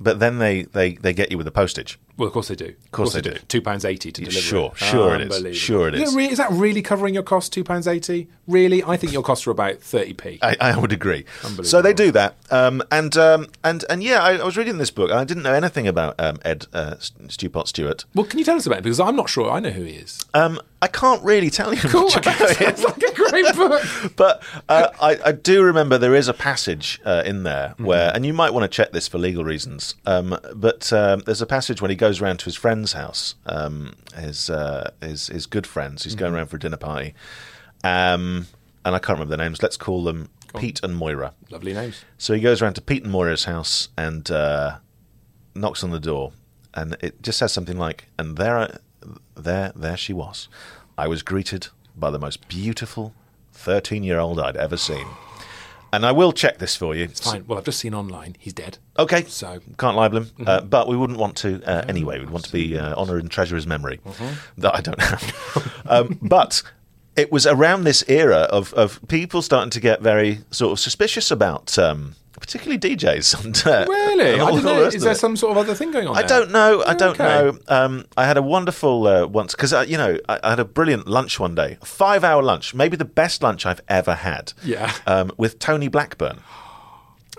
Speaker 3: But then they, they, they get you with the postage.
Speaker 2: Well, of course they do. Of
Speaker 3: course they do.
Speaker 2: Two pounds eighty to
Speaker 3: Yeah,
Speaker 2: deliver.
Speaker 3: sure,
Speaker 2: it.
Speaker 3: sure it is.
Speaker 2: Unbelievable.
Speaker 3: Sure it
Speaker 2: Yeah,
Speaker 3: is.
Speaker 2: re- is that really covering your cost? Two pounds eighty? Really? I think your costs are about thirty p.
Speaker 3: I, I would agree. So they do that, um, and um, and and yeah, I, I was reading this book. and I didn't know anything about um, Ed uh, S- Stupart Stewart.
Speaker 2: well, can you tell us about it? Because I'm not sure I know who he is. [laughs]
Speaker 3: Um, I can't really tell you
Speaker 2: Cool.
Speaker 3: much about
Speaker 2: Sounds
Speaker 3: it.
Speaker 2: like a great
Speaker 3: [laughs]
Speaker 2: book.
Speaker 3: But uh, I, I do remember there is a passage uh, in there where, and you might want to check this for legal reasons. Um, but um, there's a passage when he goes round to his friend's house, um, his, uh, his his good friends. He's going round for a dinner party, um, and I can't remember their names. Let's call them Pete and Moira.
Speaker 2: Lovely names.
Speaker 3: So he goes round to Pete and Moira's house and uh, knocks on the door, and it just says something like, "And there, I, there, there she was. I was greeted by the most beautiful thirteen-year-old I'd ever seen." And I will check this for you.
Speaker 2: Fine. Well, I've just seen online. He's dead.
Speaker 3: Okay,
Speaker 2: So- Mm-hmm.
Speaker 3: so can't libel him, uh, but we wouldn't want to uh, anyway. We'd want to be uh, honour and treasure his memory
Speaker 2: Mm-hmm.
Speaker 3: that I don't have. [laughs] um, but it was around this era of, of people starting to get very sort of suspicious about, um, particularly DJs. And, uh,
Speaker 2: Really?
Speaker 3: and
Speaker 2: I
Speaker 3: all
Speaker 2: don't
Speaker 3: the
Speaker 2: know.
Speaker 3: rest
Speaker 2: Is
Speaker 3: of
Speaker 2: there
Speaker 3: it.
Speaker 2: some sort of other thing going on?
Speaker 3: I
Speaker 2: there?
Speaker 3: don't know. I don't
Speaker 2: Okay.
Speaker 3: know. Um, I had a wonderful uh, once because you know I, I had a brilliant lunch one day, a five-hour lunch, maybe the best lunch I've ever had.
Speaker 2: Yeah.
Speaker 3: Um, with Tony Blackburn,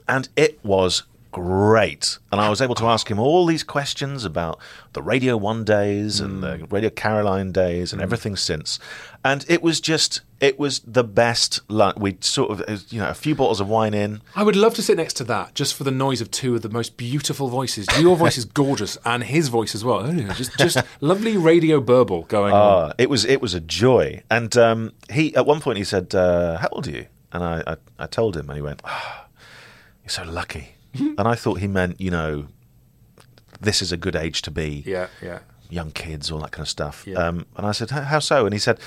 Speaker 3: and it was great. And I was able to ask him all these questions about the Radio One days and
Speaker 2: Hmm.
Speaker 3: the Radio Caroline days and everything since. And it was just, it was the best lunch. We sort of, it was, you know, a few bottles of wine in.
Speaker 2: I would love to sit next to that just for the noise of two of the most beautiful voices. [laughs] Your voice is gorgeous, and his voice as well. Oh, Just, just lovely radio burble going on.
Speaker 3: Uh, it was it was a joy. And um, he at one point he said, uh, "How old are you?" And I, I, I told him, and he went, Ah, "You're
Speaker 2: [laughs]
Speaker 3: so lucky." and I thought he meant, you know, this is a good age to be
Speaker 2: Yeah, [laughs] yeah.
Speaker 3: young kids, all that kind of stuff. Um, and I said, "H- "How so?" And he said,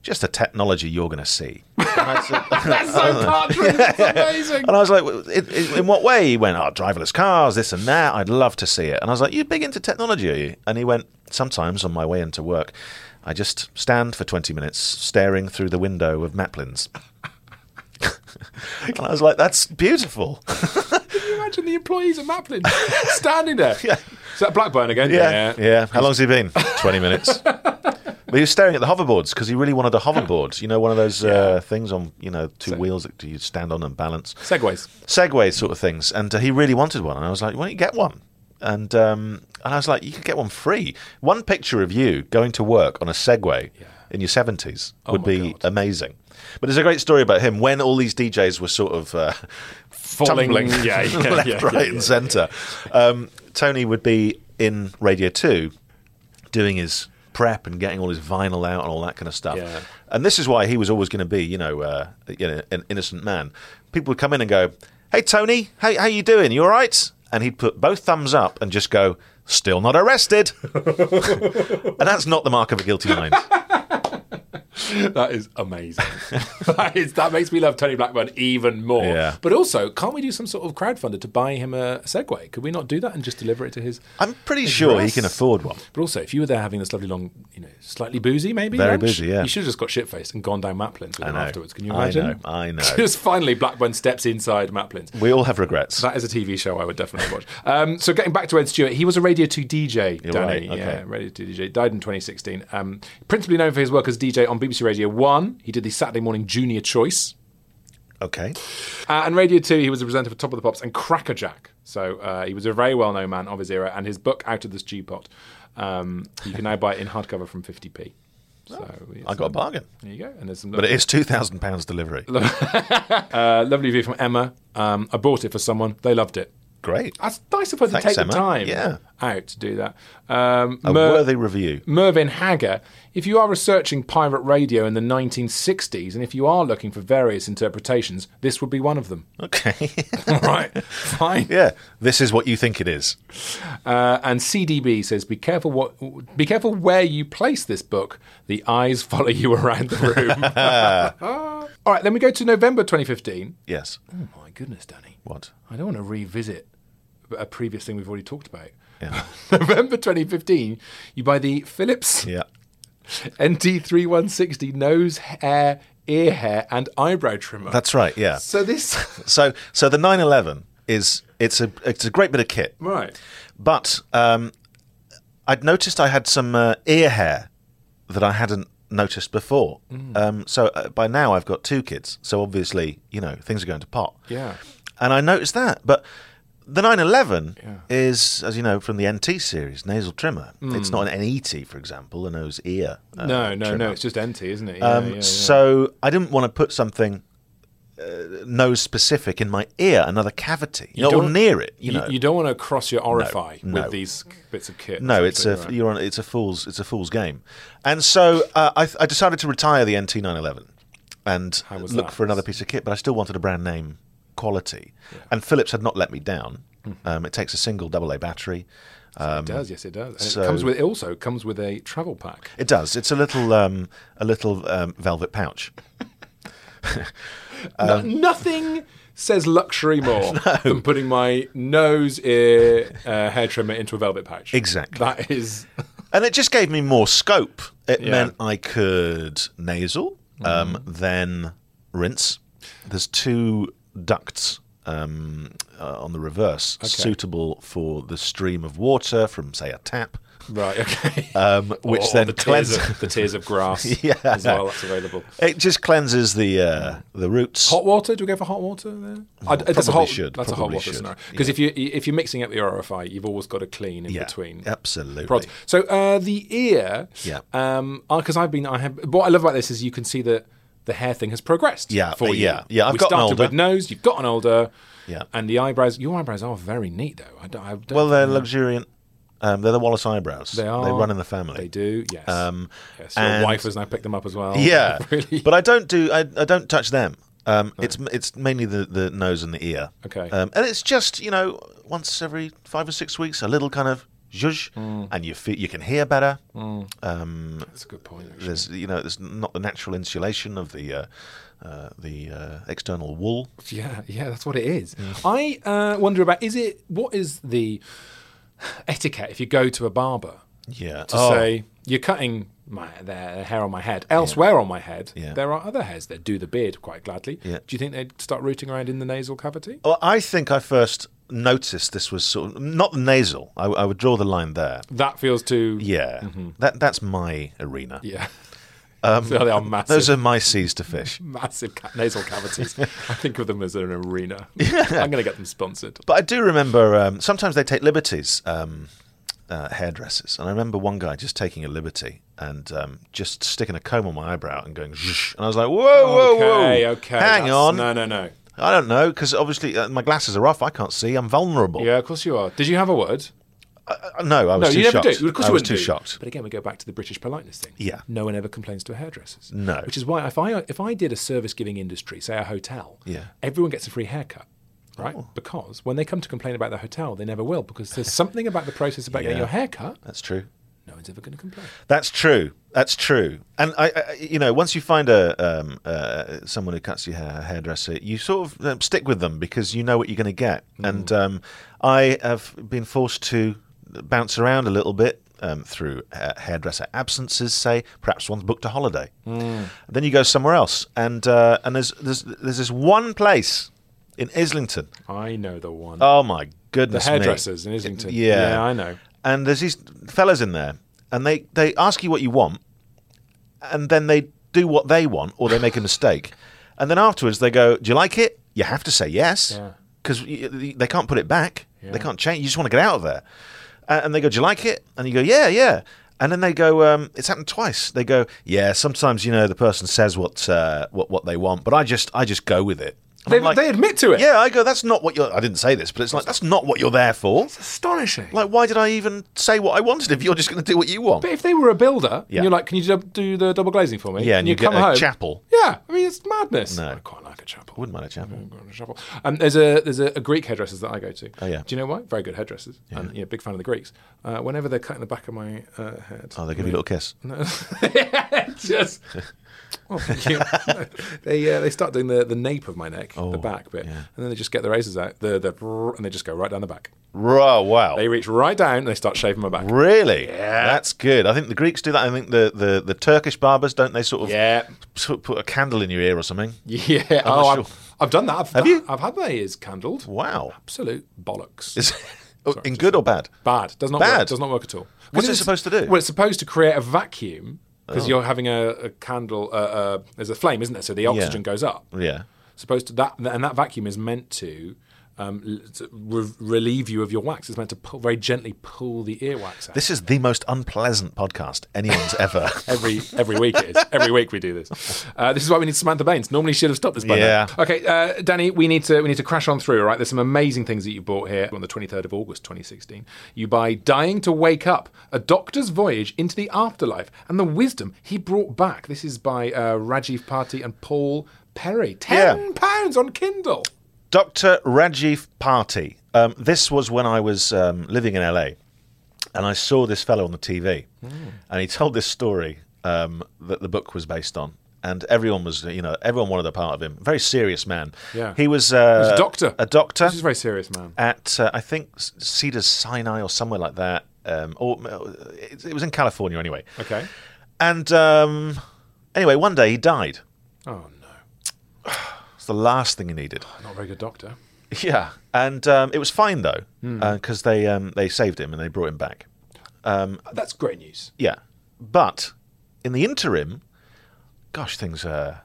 Speaker 3: "Just the technology you're going to see."
Speaker 2: [laughs]
Speaker 3: [laughs]
Speaker 2: That's so Partridge. Ah, It's amazing.
Speaker 3: And I was like, "Well, it, it, "In what way?" He went, "Oh, driverless cars, this and that. I'd love to see it." And I was like, "You're big into technology, are you?" And he went, "Sometimes on my way into work, I just stand for 20 minutes staring through the window of Maplin's." [laughs] and I was like, "That's beautiful."
Speaker 2: Can you imagine the employees at Maplin standing [laughs] there? Is that Blackburn again?
Speaker 3: Yeah, yeah. How long's he been? 20 minutes. But he was staring at the hoverboards because he really wanted a hoverboard. You know, one of those uh, things on you know two wheels that you stand on and balance.
Speaker 2: Segways.
Speaker 3: Segway sort of things, and uh, he really wanted one. And I was like, "Why don't you get one?" And um, and I was like, "You could get one free." One picture of you going to work on a Segway in your seventies would
Speaker 2: Oh my
Speaker 3: be
Speaker 2: God.
Speaker 3: amazing. But there's a great story about him when all these DJs were sort of uh,
Speaker 2: Falling.
Speaker 3: tumbling [laughs]
Speaker 2: Yeah, yeah, [laughs]
Speaker 3: left,
Speaker 2: yeah,
Speaker 3: right,
Speaker 2: yeah,
Speaker 3: and
Speaker 2: yeah.
Speaker 3: centre. Um, Tony would be in Radio Two doing his prep and getting all his vinyl out and all that kind of stuff.
Speaker 2: Yeah.
Speaker 3: And this is why he was always going to be, you know, uh, you know, an innocent man. People would come in and go, "Hey, Tony, how how you doing? You all right?" And he'd put both thumbs up and just go, "Still not
Speaker 2: [laughs]
Speaker 3: arrested." and that's not the mark of a guilty mind.
Speaker 2: That is amazing. that, is, that makes me love Tony Blackburn even more.
Speaker 3: Yeah.
Speaker 2: But also, can't we do some sort of crowdfunder to buy him a Segway? Could we not do that and just deliver it to his?
Speaker 3: I'm pretty sure he
Speaker 2: address?
Speaker 3: can afford one.
Speaker 2: But also, if you were there having this lovely long, you know, slightly boozy maybe,
Speaker 3: Very
Speaker 2: lunch,
Speaker 3: boozy, yeah.
Speaker 2: You should have just got shit faced and gone down Maplin's with him
Speaker 3: know.
Speaker 2: afterwards. Can you
Speaker 3: I
Speaker 2: imagine?
Speaker 3: know, I know.
Speaker 2: [laughs] just finally, Blackburn steps inside Maplin's.
Speaker 3: We all have regrets.
Speaker 2: That is a TV show I would definitely watch. Um, so getting back to Ed Stewart, he was a Radio 2 DJ,
Speaker 3: You're
Speaker 2: Danny.
Speaker 3: right, okay.
Speaker 2: Yeah, Radio 2 DJ. Died in 2016. Um, principally known for his work as DJ on BBC Radio 1. He did the Saturday morning Junior Choice.
Speaker 3: Okay.
Speaker 2: Uh, and Radio 2, he was a presenter for Top of the Pops and Crackerjack. So uh, he was a very well-known man of his era. And his book, Out of the Stew Pot, um, you can now buy it in hardcover from 50p. So yes,
Speaker 3: I got a bargain.
Speaker 2: there you go. And there's some
Speaker 3: But it is £2,000 delivery.
Speaker 2: uh, lovely review from Emma. Um, I bought it for someone. They loved it.
Speaker 3: Great.
Speaker 2: That's nice of her to
Speaker 3: Thanks,
Speaker 2: take
Speaker 3: Emma.
Speaker 2: the time
Speaker 3: Yeah.
Speaker 2: out to do that. Um,
Speaker 3: A
Speaker 2: Mer-
Speaker 3: worthy review.
Speaker 2: Mervyn Hagger, if you are researching pirate radio in the 1960s and if you are looking for various interpretations, this would be one of them.
Speaker 3: Okay.
Speaker 2: All right, [laughs] fine.
Speaker 3: [laughs] yeah. This is what you think it is.
Speaker 2: Uh, and CDB says, "Be careful what, be careful where you place this book. The eyes [laughs] follow you around the
Speaker 3: [laughs]
Speaker 2: room." [laughs] All right, then we go to November 2015.
Speaker 3: Yes.
Speaker 2: Oh my goodness, Danny!
Speaker 3: What?
Speaker 2: I don't want to revisit a previous thing we've already talked about. [laughs]
Speaker 3: Yeah.
Speaker 2: November 2015, you buy the Philips
Speaker 3: [laughs] Yeah.
Speaker 2: NT3160 nose hair, ear hair, and eyebrow trimmer.
Speaker 3: That's right. Yeah.
Speaker 2: so this [laughs]
Speaker 3: So so the 911 is it's a it's a great bit of kit,
Speaker 2: right.
Speaker 3: but um, I'd noticed I had some uh, ear hair that I hadn't noticed before.
Speaker 2: Mm.
Speaker 3: Um, so uh, by now I've got two kids. So obviously, you know, things are going to pot.
Speaker 2: Yeah.
Speaker 3: And I noticed that. But the 911 is, as you know, from the NT series, nasal trimmer. It's not an NET, for example, a nose ear. uh,
Speaker 2: Hmm. no, no,
Speaker 3: trimmer.
Speaker 2: no. It's just empty, isn't it? Yeah,
Speaker 3: Um,
Speaker 2: yeah, yeah.
Speaker 3: So I didn't want to put something uh, nose specific in my ear, another cavity,
Speaker 2: You
Speaker 3: or
Speaker 2: don't-
Speaker 3: near it. You, know,
Speaker 2: you don't want to cross your orifi
Speaker 3: no.
Speaker 2: with these bits of kit.
Speaker 3: no, it's a
Speaker 2: essentially, right?
Speaker 3: you're on it's a fool's it's a fool's game, and so uh, I, I decided to retire the NT nine eleven, and
Speaker 2: was
Speaker 3: look
Speaker 2: that?
Speaker 3: for another piece of kit, but I still wanted a brand name quality, and Philips had not let me down.
Speaker 2: Hmm.
Speaker 3: Um, it takes a single double A battery.
Speaker 2: oh, it does. Yes, it does. And it
Speaker 3: um, so-
Speaker 2: comes with it also comes with a travel pack.
Speaker 3: It does. It's a little um, a little um, velvet pouch.
Speaker 2: No- nothing says luxury
Speaker 3: [laughs]
Speaker 2: more than putting my nose, ear, uh, hair trimmer into a velvet pouch.
Speaker 3: Exactly.
Speaker 2: That is.
Speaker 3: And it just gave me more scope. It
Speaker 2: Yeah. Mm-hmm.
Speaker 3: meant I could nasal, um, then rinse. There's two ducts um, uh, on the reverse suitable for the stream of water from, say, a tap,
Speaker 2: Right. Okay.
Speaker 3: um, which
Speaker 2: Or- or
Speaker 3: then
Speaker 2: Oh, the tears
Speaker 3: cleanses.
Speaker 2: of, the tears of grass
Speaker 3: Yeah.
Speaker 2: as well. That's available.
Speaker 3: [laughs] It just cleanses the uh, the roots.
Speaker 2: Hot water? Do we go for hot water there? I- that's a
Speaker 3: Mm, probably
Speaker 2: hot,
Speaker 3: should,
Speaker 2: That's a hot
Speaker 3: probably
Speaker 2: water
Speaker 3: should,
Speaker 2: scenario. Because if you if you're mixing up your RFI, you've always got to clean in
Speaker 3: Yeah,
Speaker 2: between.
Speaker 3: absolutely.
Speaker 2: prods. So uh, the ear.
Speaker 3: Yeah.
Speaker 2: Um. Because I've been. I have. What I love about this is you can see that the hair thing has progressed.
Speaker 3: Yeah, uh,
Speaker 2: For you.
Speaker 3: yeah, yeah, I've
Speaker 2: we
Speaker 3: gotten
Speaker 2: started
Speaker 3: older.
Speaker 2: with nose. You've gotten older.
Speaker 3: Yeah.
Speaker 2: And the eyebrows. Your eyebrows are very neat though. I don't. I don't
Speaker 3: Well, they're luxuriant. Um, they're the Wallace eyebrows.
Speaker 2: They are.
Speaker 3: They run in the family.
Speaker 2: They do. Yes.
Speaker 3: Um,
Speaker 2: yes. Your
Speaker 3: and-
Speaker 2: wife has now picked them up as well.
Speaker 3: Yeah,
Speaker 2: Oh, [laughs] Really.
Speaker 3: but I don't do I, I don't touch them. Um, It's it's mainly the, the nose and the ear.
Speaker 2: Okay.
Speaker 3: um, and it's just you know once every five or six weeks a little kind of zhuzh,
Speaker 2: Mm.
Speaker 3: and you feel, you can hear better. Um,
Speaker 2: That's a good point. Actually.
Speaker 3: there's you know there's not the natural insulation of the uh, uh, the uh, external wool.
Speaker 2: Yeah, yeah, that's what it is. I uh, wonder about is it what is the etiquette if you go to a barber
Speaker 3: Yeah, Oh.
Speaker 2: to say you're cutting my their hair on my head elsewhere on my head
Speaker 3: Yeah.
Speaker 2: there are other hairs that do the beard quite gladly
Speaker 3: Yeah.
Speaker 2: do you think they'd start rooting around in the nasal cavity
Speaker 3: Well, I think I first noticed this was sort of not the nasal. I, I would draw the line there.
Speaker 2: that feels too
Speaker 3: Yeah, that that's my arena.
Speaker 2: Mm-hmm. yeah [laughs] So they are massive
Speaker 3: um, Those are my seas to fish.
Speaker 2: [laughs] massive ca- nasal cavities i think of them as an arena i'm going to get them sponsored
Speaker 3: But I do remember um, sometimes they take liberties, um, uh, hairdressers. And I remember one guy just taking a liberty and um, just sticking a comb on my eyebrow and going, Zhsh. and I was like, whoa, whoa,
Speaker 2: okay
Speaker 3: whoa.
Speaker 2: okay
Speaker 3: Hang
Speaker 2: that's-
Speaker 3: on.
Speaker 2: no no no
Speaker 3: I don't know, because obviously uh, my glasses are off. I can't see. I'm vulnerable.
Speaker 2: yeah of course you are did you have a word
Speaker 3: Uh, no, I was
Speaker 2: No,
Speaker 3: too
Speaker 2: you never
Speaker 3: shocked.
Speaker 2: do. Of course
Speaker 3: I
Speaker 2: you
Speaker 3: was
Speaker 2: wouldn't
Speaker 3: too
Speaker 2: do.
Speaker 3: shocked.
Speaker 2: But again, we go back to the British politeness thing.
Speaker 3: Yeah.
Speaker 2: No one ever complains to a hairdresser's.
Speaker 3: No.
Speaker 2: Which is why if I if I did a service giving industry, say a hotel,
Speaker 3: Yeah. Oh.
Speaker 2: everyone gets a free haircut. Right? Because when they come to complain about the hotel, they never will because there's something about the process about getting
Speaker 3: Yeah.
Speaker 2: your haircut,
Speaker 3: That's true.
Speaker 2: no one's ever going to complain.
Speaker 3: That's true. That's true. And I, I you know, once you find a um, uh, someone who cuts your hair, a hairdresser, you sort of um, stick with them because you know what you're going to get.
Speaker 2: Mm.
Speaker 3: And um, I have been forced to bounce around a little bit. Um, through ha- hairdresser absences, say perhaps one's booked a holiday,
Speaker 2: Mm.
Speaker 3: then you go somewhere else, and uh, and there's, there's there's this one place in Islington.
Speaker 2: I know the one.
Speaker 3: Oh my
Speaker 2: the
Speaker 3: goodness, me.
Speaker 2: hairdressers in Islington.
Speaker 3: Yeah.
Speaker 2: I know.
Speaker 3: And there's these fellas in there, and they, they ask you what you want, and then they do what they want, or they make a mistake. And then afterwards, they go, Do you like it? You have to say yes,
Speaker 2: Yeah.
Speaker 3: because they can't put it back. They can't change. You just want to get out of there. A- And they go, Do you like it? And you go, Yeah, yeah. And then they go, um, It's happened twice. They go, Yeah, sometimes, you know, the person says what, uh, what, what they want, but I just, I just go with it. And
Speaker 2: They,
Speaker 3: I'm like,
Speaker 2: they admit to it.
Speaker 3: yeah, I go, that's not what you're. I didn't say this, but it's like, that's not what you're there for.
Speaker 2: Astonishing.
Speaker 3: Like, why did I even say what I wanted if you're just going to do what you want?
Speaker 2: but if they were a builder,
Speaker 3: Yeah.
Speaker 2: and you're like, can you do, do the double glazing for me?
Speaker 3: Yeah, and you get
Speaker 2: come
Speaker 3: a
Speaker 2: home,
Speaker 3: chapel.
Speaker 2: Yeah, I mean, it's madness.
Speaker 3: No.
Speaker 2: I quite like a chapel.
Speaker 3: Wouldn't mind a chapel.
Speaker 2: Go on a shuffle. Um, there's a there's a, a Greek hairdressers that I go to.
Speaker 3: Oh, yeah.
Speaker 2: Do you know why? Very good hairdressers. And you know, big fan of the Greeks. Uh, whenever they're cutting the back of my uh, head,
Speaker 3: Oh, they give you a little kiss.
Speaker 2: [laughs]
Speaker 3: [laughs]
Speaker 2: just. Oh, thank you. No. they uh, they start doing the, the nape of my neck,
Speaker 3: Oh,
Speaker 2: the back bit, and then they just get the razors out, the the brrr, and they just go right down the back.
Speaker 3: Oh, wow.
Speaker 2: They reach right down and they start shaving my back.
Speaker 3: really? That's good. I think the Greeks do that. I think the, the, the Turkish barbers, don't they sort of
Speaker 2: Yeah. [laughs]
Speaker 3: sort of put a candle in your ear or something?
Speaker 2: Yeah.
Speaker 3: not
Speaker 2: oh, I've,
Speaker 3: sure.
Speaker 2: I've done that. I've,
Speaker 3: Have you?
Speaker 2: I've had my ears candled.
Speaker 3: Wow.
Speaker 2: Absolute bollocks.
Speaker 3: Is- [laughs] Oh, in good or bad?
Speaker 2: Bad. Does not
Speaker 3: Bad?
Speaker 2: Work. Does not work at all. 'Cause
Speaker 3: What's it
Speaker 2: it's-
Speaker 3: supposed to do? Oh.
Speaker 2: Well, it's supposed to create a vacuum because you're having a, a candle. Uh, uh, there's a flame, isn't there? So the oxygen goes up.
Speaker 3: Yeah.
Speaker 2: Supposed to that, and that vacuum is meant to. Um, l- to re- relieve you of your wax. It's meant to pull, very gently pull the earwax out.
Speaker 3: This is the most unpleasant podcast
Speaker 2: [laughs]
Speaker 3: anyone's ever.
Speaker 2: every every week it is. Every week we do this. Uh, this is why we need Samantha Baines. Normally she should have stopped this by
Speaker 3: Yeah.
Speaker 2: now. Okay, uh, Danny, we need to we need to crash on through. All right, there's some amazing things that you bought here on the 23rd of August 2016. You buy "Dying to Wake Up: A Doctor's Voyage into the Afterlife" and the wisdom he brought back. This is by uh, Rajiv Party and Paul Perry. Ten
Speaker 3: Yeah.
Speaker 2: pounds on Kindle.
Speaker 3: Dr. Rajiv Party. Um, this was when I was um, living in LA, and I saw this fellow on the TV,
Speaker 2: Hmm.
Speaker 3: and he told this story um, that the book was based on, and everyone was, you know, everyone wanted a part of him. Very serious man.
Speaker 2: Yeah.
Speaker 3: He was, uh,
Speaker 2: He's a doctor.
Speaker 3: A doctor.
Speaker 2: This is very serious, man.
Speaker 3: at uh, I think S- Cedars Sinai or somewhere like that, um, or uh, it, it was in California anyway.
Speaker 2: Okay.
Speaker 3: And um, anyway, one day he died.
Speaker 2: Oh no,
Speaker 3: It's the last thing he needed.
Speaker 2: not a very good doctor.
Speaker 3: Yeah, and um, it was fine though
Speaker 2: Hmm.
Speaker 3: because they um, they saved him and they brought him back.
Speaker 2: That's great news.
Speaker 3: Yeah, but in the interim, gosh, things uh,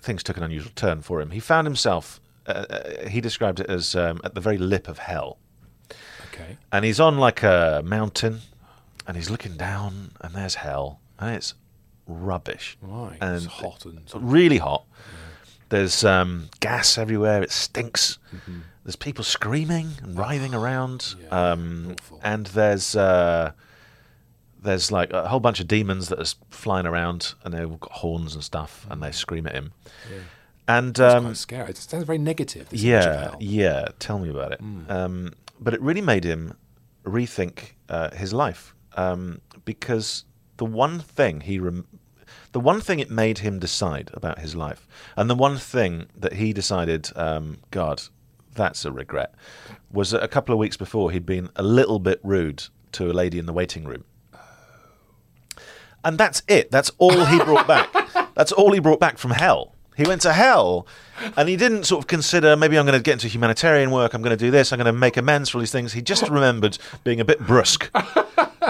Speaker 3: things took an unusual turn for him. He found himself. Uh, uh, he described it as um, at the very lip of hell.
Speaker 2: Okay.
Speaker 3: and he's on like a mountain and he's looking down and there's hell and it's rubbish
Speaker 2: Right.
Speaker 3: and
Speaker 2: it's hot and
Speaker 3: it's really hot there's um, gas everywhere it stinks there's people screaming and writhing around um, and there's uh, there's like a whole bunch of demons that are s- flying around and they've got horns and stuff and they scream at him and um,
Speaker 2: quite scary. It sounds very negative. This image of
Speaker 3: yeah,
Speaker 2: hell.
Speaker 3: yeah. Tell me about it. Um, but it really made him rethink uh, his life um, because the one thing he, rem- the one thing it made him decide about his life, and the one thing that he decided, um, God, that's a regret, was that a couple of weeks before he'd been a little bit rude to a lady in the waiting room. And that's it. That's all he
Speaker 2: [laughs]
Speaker 3: brought back. That's all he brought back from hell. He went to hell and he didn't sort of consider maybe I'm going to get into humanitarian work, I'm going to do this, I'm going to make amends for all these things. He
Speaker 2: [laughs]
Speaker 3: just remembered being a bit brusque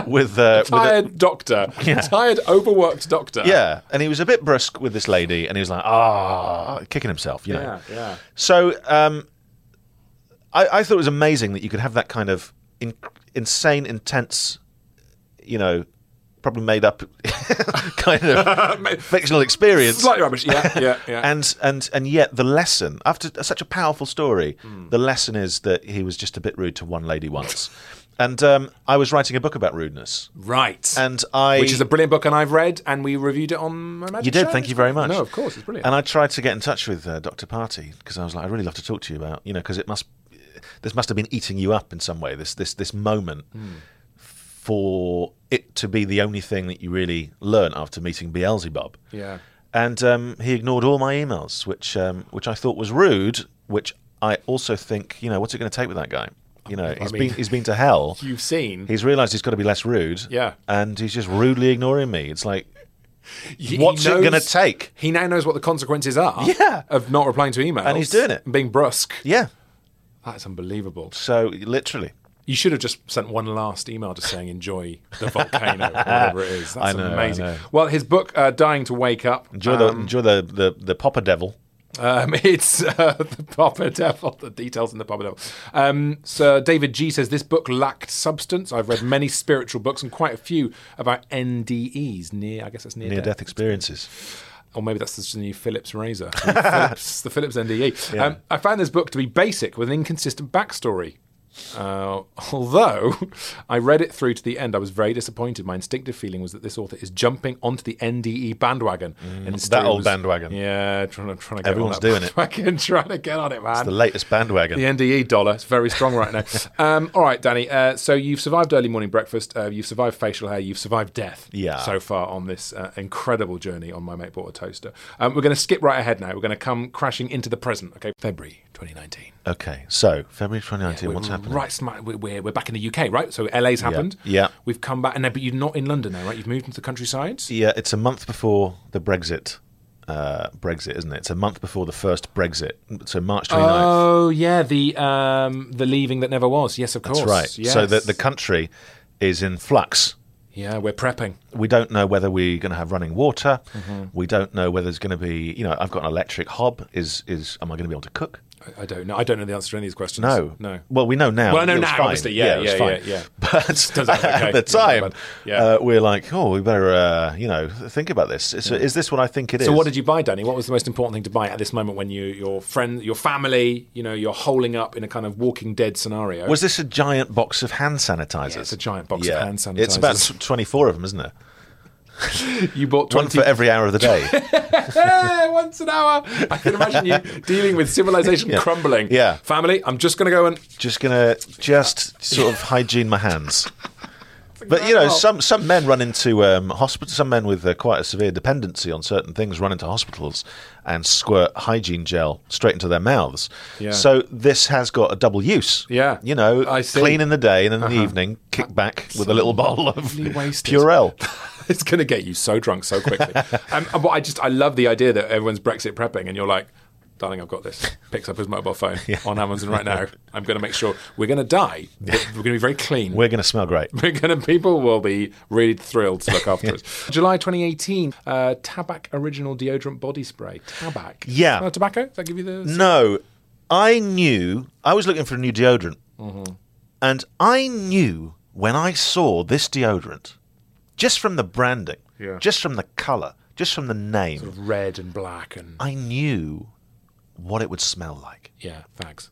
Speaker 3: with, uh, with a,
Speaker 2: tired doctor,
Speaker 3: [laughs]
Speaker 2: tired overworked doctor.
Speaker 3: yeah, and he was a bit brusque with this lady and he was like, ah, kicking himself, you know.
Speaker 2: yeah, yeah.
Speaker 3: So um, I, I thought it was amazing that you could have that kind of in, insane, intense, you know, probably made up [laughs] kind
Speaker 2: [laughs]
Speaker 3: of fictional experience.
Speaker 2: Slightly rubbish.
Speaker 3: [laughs]
Speaker 2: Yeah, yeah, yeah.
Speaker 3: And and and yet the lesson after such a powerful story,
Speaker 2: Hmm.
Speaker 3: the lesson is that he was just a bit rude to one lady once, and um, I was writing a book about rudeness,
Speaker 2: right.
Speaker 3: and I
Speaker 2: which is a brilliant book, and I've read, and we reviewed it on my Magic
Speaker 3: you did.
Speaker 2: Show.
Speaker 3: Thank you very much.
Speaker 2: No, of course, it's brilliant.
Speaker 3: And I tried to get in touch with uh, Dr. Party because I was like, I'd really love to talk to you about, you know, because it must, this must have been eating you up in some way. This this this moment
Speaker 2: Hmm.
Speaker 3: for it to be the only thing that you really learn after meeting Beelzebub.
Speaker 2: Yeah.
Speaker 3: And um, he ignored all my emails, which um, which I thought was rude. Which I also think, you know, what's it going to take with that guy? You know, he's
Speaker 2: mean-
Speaker 3: been he's been
Speaker 2: [laughs]
Speaker 3: to hell.
Speaker 2: You've seen.
Speaker 3: He's realised he's got to be less rude.
Speaker 2: Yeah.
Speaker 3: and he's just rudely ignoring me. It's like,
Speaker 2: He- he
Speaker 3: what's it going to
Speaker 2: knows-
Speaker 3: take?
Speaker 2: He now knows what the consequences are.
Speaker 3: Yeah.
Speaker 2: of not replying to emails,
Speaker 3: And he's doing it.
Speaker 2: and being brusque.
Speaker 3: Yeah.
Speaker 2: That's unbelievable.
Speaker 3: So literally,
Speaker 2: You should have just sent one last email just saying enjoy the volcano, or whatever it is. That's
Speaker 3: [laughs] I know, I
Speaker 2: amazing.
Speaker 3: know.
Speaker 2: Well, his book, uh, Dying to Wake Up,
Speaker 3: enjoy the enjoy the the, the popper devil.
Speaker 2: Um, [laughs] it's uh, the Papa Devil. The details in the Papa Devil. Um, so David G says this book lacked substance. I've read many spiritual books and quite a few about NDEs, near I guess that's near,
Speaker 3: Near
Speaker 2: death.
Speaker 3: death experiences.
Speaker 2: or maybe that's just the new Phillips
Speaker 3: [laughs]
Speaker 2: razor, Phillips, the Phillips NDE. Um, I found this book to be basic with an inconsistent backstory. Uh, although [laughs] I read it through to the end, I was very disappointed. My instinctive feeling was that this author is jumping onto the NDE bandwagon. and instead
Speaker 3: Mm, that old
Speaker 2: was-
Speaker 3: bandwagon.
Speaker 2: Yeah, trying to trying to get
Speaker 3: Everyone's
Speaker 2: on that
Speaker 3: doing it.
Speaker 2: Bandwagon, [laughs] trying to get on it, man.
Speaker 3: The latest bandwagon.
Speaker 2: The NDE dollar is very strong right
Speaker 3: [laughs]
Speaker 2: now. um, all right, Danny. Uh, so you've survived early morning breakfast. Uh, you've survived facial hair. You've survived death.
Speaker 3: Yeah.
Speaker 2: So far on this uh, incredible journey on my mate bought a toaster. Um, we're going to skip right ahead now. We're going to come crashing into the present. Okay, February 2019.
Speaker 3: Okay, so February 2019. what's happening?
Speaker 2: Right, smack- we're, we're, we're back in the UK, right? So LA's happened.
Speaker 3: Yeah.
Speaker 2: We've come back, and now, but you're not in London now, right? You've moved into the countryside.
Speaker 3: Yeah, it's a month before the Brexit uh, Brexit, isn't it? It's a month before the first Brexit, so March 29th.
Speaker 2: Oh yeah, the um, the leaving that never was. Yes, of course.
Speaker 3: That's right.
Speaker 2: Yes.
Speaker 3: So the, the country is in flux.
Speaker 2: yeah, we're prepping.
Speaker 3: We don't know whether we're going to have running water.
Speaker 2: Mm-hmm.
Speaker 3: We don't know whether there's going to be, you know, I've got an electric hob. Is is am I going to be able to cook?
Speaker 2: I- I don't know. I don't know the answer to any of these questions.
Speaker 3: No,
Speaker 2: no.
Speaker 3: Well, we know now.
Speaker 2: Well, I know
Speaker 3: It was
Speaker 2: now,
Speaker 3: fine.
Speaker 2: obviously. Yeah,
Speaker 3: it was
Speaker 2: yeah,
Speaker 3: fine.
Speaker 2: yeah, yeah.
Speaker 3: But
Speaker 2: Turns out, okay,
Speaker 3: [laughs] at the
Speaker 2: it's not
Speaker 3: time,
Speaker 2: bad. Yeah.
Speaker 3: uh, we're like, oh, we better, uh, you know, think about this. Is, is this what I think it is?
Speaker 2: So, what did you buy, Danny? What was the most important thing to buy at this moment when you, your friend, your family, you know, you're holing up in a kind of Walking Dead scenario?
Speaker 3: Was this a giant box of hand sanitizers?
Speaker 2: Yeah, it's a giant box of hand
Speaker 3: It's about [laughs]
Speaker 2: sanitizers.
Speaker 3: tw- 24 of them, isn't it?
Speaker 2: you bought 20
Speaker 3: One for every hour of
Speaker 2: [laughs]
Speaker 3: the day.
Speaker 2: Hey, once an hour. I can imagine
Speaker 3: [laughs]
Speaker 2: you dealing with civilization
Speaker 3: Yeah.
Speaker 2: crumbling.
Speaker 3: Yeah.
Speaker 2: family. I'm just going to go and [laughs]
Speaker 3: just gonna just sort of hygiene my hands. But you know,
Speaker 2: incredible.
Speaker 3: some some men run into um, hospital. Some men with uh, quite a severe dependency on certain things run into hospitals and squirt hygiene gel straight into their mouths.
Speaker 2: Yeah.
Speaker 3: So this has got a double use.
Speaker 2: Yeah.
Speaker 3: you know,
Speaker 2: I see.
Speaker 3: clean in the day and in the evening, kick back with a little bottle of
Speaker 2: Totally wasted.
Speaker 3: Purell.
Speaker 2: it's going to get you so drunk so
Speaker 3: [laughs]
Speaker 2: quickly. um, but I just I love the idea that everyone's Brexit prepping, and you're like, darling, I've got this. Picks up his mobile
Speaker 3: [laughs]
Speaker 2: phone on Amazon right now. I'm going to make sure we're going to die. but We're going to be very clean.
Speaker 3: We're gonna smell great.
Speaker 2: We're going to, people will be really thrilled to
Speaker 3: [laughs]
Speaker 2: look after us. July 2018, uh, Tabac Original Deodorant Body Spray. Tabac.
Speaker 3: Yeah.
Speaker 2: Smell of tobacco? Does that give you the.
Speaker 3: No, I knew I was looking for a new deodorant, and I knew when I saw this deodorant, just from the branding,
Speaker 2: Yeah.
Speaker 3: just from the color, just from the name,
Speaker 2: Red and black and.
Speaker 3: I knew what it would smell like.
Speaker 2: Yeah, facts.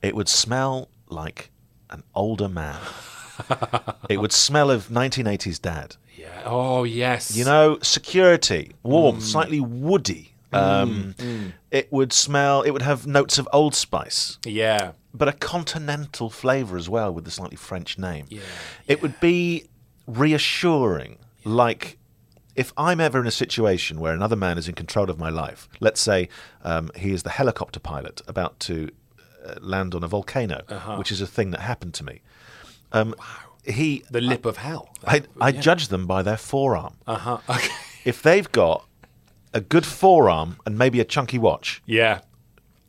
Speaker 3: It would smell like an older man. it would smell of 1980s dad.
Speaker 2: Yeah. Oh, yes.
Speaker 3: You know, security, warm, slightly woody. Um, It would smell. It would have notes of Old Spice.
Speaker 2: Yeah.
Speaker 3: but a continental flavour as well with the slightly French name. it would be reassuring. Like, if I'm ever in a situation where another man is in control of my life, let's say um, he is the helicopter pilot about to uh, land on a volcano,
Speaker 2: Uh-huh.
Speaker 3: which is a thing that happened to me. Um, He,
Speaker 2: The lip of hell.
Speaker 3: I, I judge them by their forearm.
Speaker 2: Uh huh. [laughs] Okay.
Speaker 3: If they've got a good forearm and maybe a chunky watch,
Speaker 2: Yeah.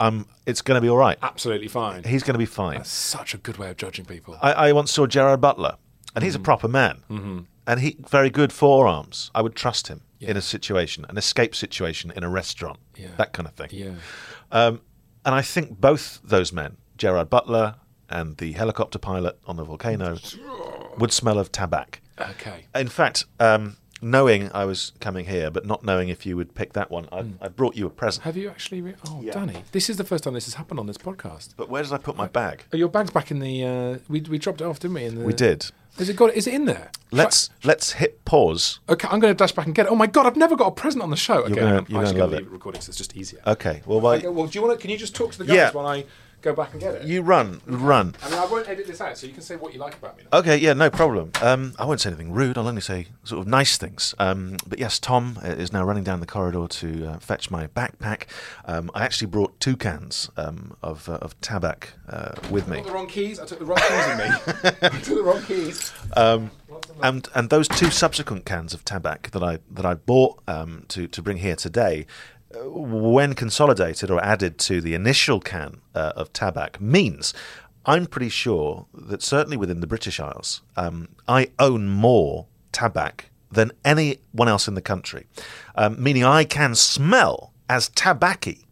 Speaker 3: um, it's going to be all right.
Speaker 2: Absolutely fine.
Speaker 3: He's going to be fine.
Speaker 2: Such a good way of judging people.
Speaker 3: I, I once saw Gerard Butler, and he's a proper man, mm-hmm. and he very good forearms. I would trust him in a situation, an escape situation in a restaurant, that kind of thing.
Speaker 2: yeah.
Speaker 3: And I think both those men, Gerard Butler and the helicopter pilot on the
Speaker 2: [laughs]
Speaker 3: volcano, would smell of tabac.
Speaker 2: Okay.
Speaker 3: In fact, um, knowing I was coming here, but not knowing if you would pick that one, I, I brought you a present.
Speaker 2: Mm. Have you actually? Re- oh, Danny, this is the first time this has happened on this podcast.
Speaker 3: But where did I put my bag?
Speaker 2: Oh, Your bag's back in the. Uh, we we dropped it off, didn't we? In the,
Speaker 3: We did.
Speaker 2: Is it got? Is it in there?
Speaker 3: Let's let's hit pause.
Speaker 2: Okay, I'm going to dash back and get it. Oh my god, I've never got a present on the show. Okay,
Speaker 3: gonna-
Speaker 2: I'm
Speaker 3: you're
Speaker 2: actually
Speaker 3: gonna
Speaker 2: gonna
Speaker 3: love
Speaker 2: leave
Speaker 3: it.
Speaker 2: it recording 'cause it's just easier.
Speaker 3: Okay. Well, why
Speaker 2: Okay, well, do you want to? Can you just talk to the guys
Speaker 3: Yeah.
Speaker 2: while I go back and get it?
Speaker 3: you run, run.
Speaker 2: I mean, I won't edit this out, so you can say what you like about me. Now.
Speaker 3: Okay, yeah, no problem. Um, I won't say anything rude. I'll only say sort of nice things. Um, but yes, Tom uh, is now running down the corridor to uh, fetch my backpack. Um, I actually brought two cans um, of uh, of tabac uh, with
Speaker 2: I
Speaker 3: me,
Speaker 2: took the wrong keys. I took the wrong keys in
Speaker 3: [laughs]
Speaker 2: me. I took the wrong keys.
Speaker 3: and and those two subsequent cans of tabac that I that I bought um, to to bring here today. uh, When consolidated or added to the initial can uh, of tabac, means I'm pretty sure that certainly within the British Isles, um, I own more tabac than anyone else in the country, um, meaning I can smell as tabacky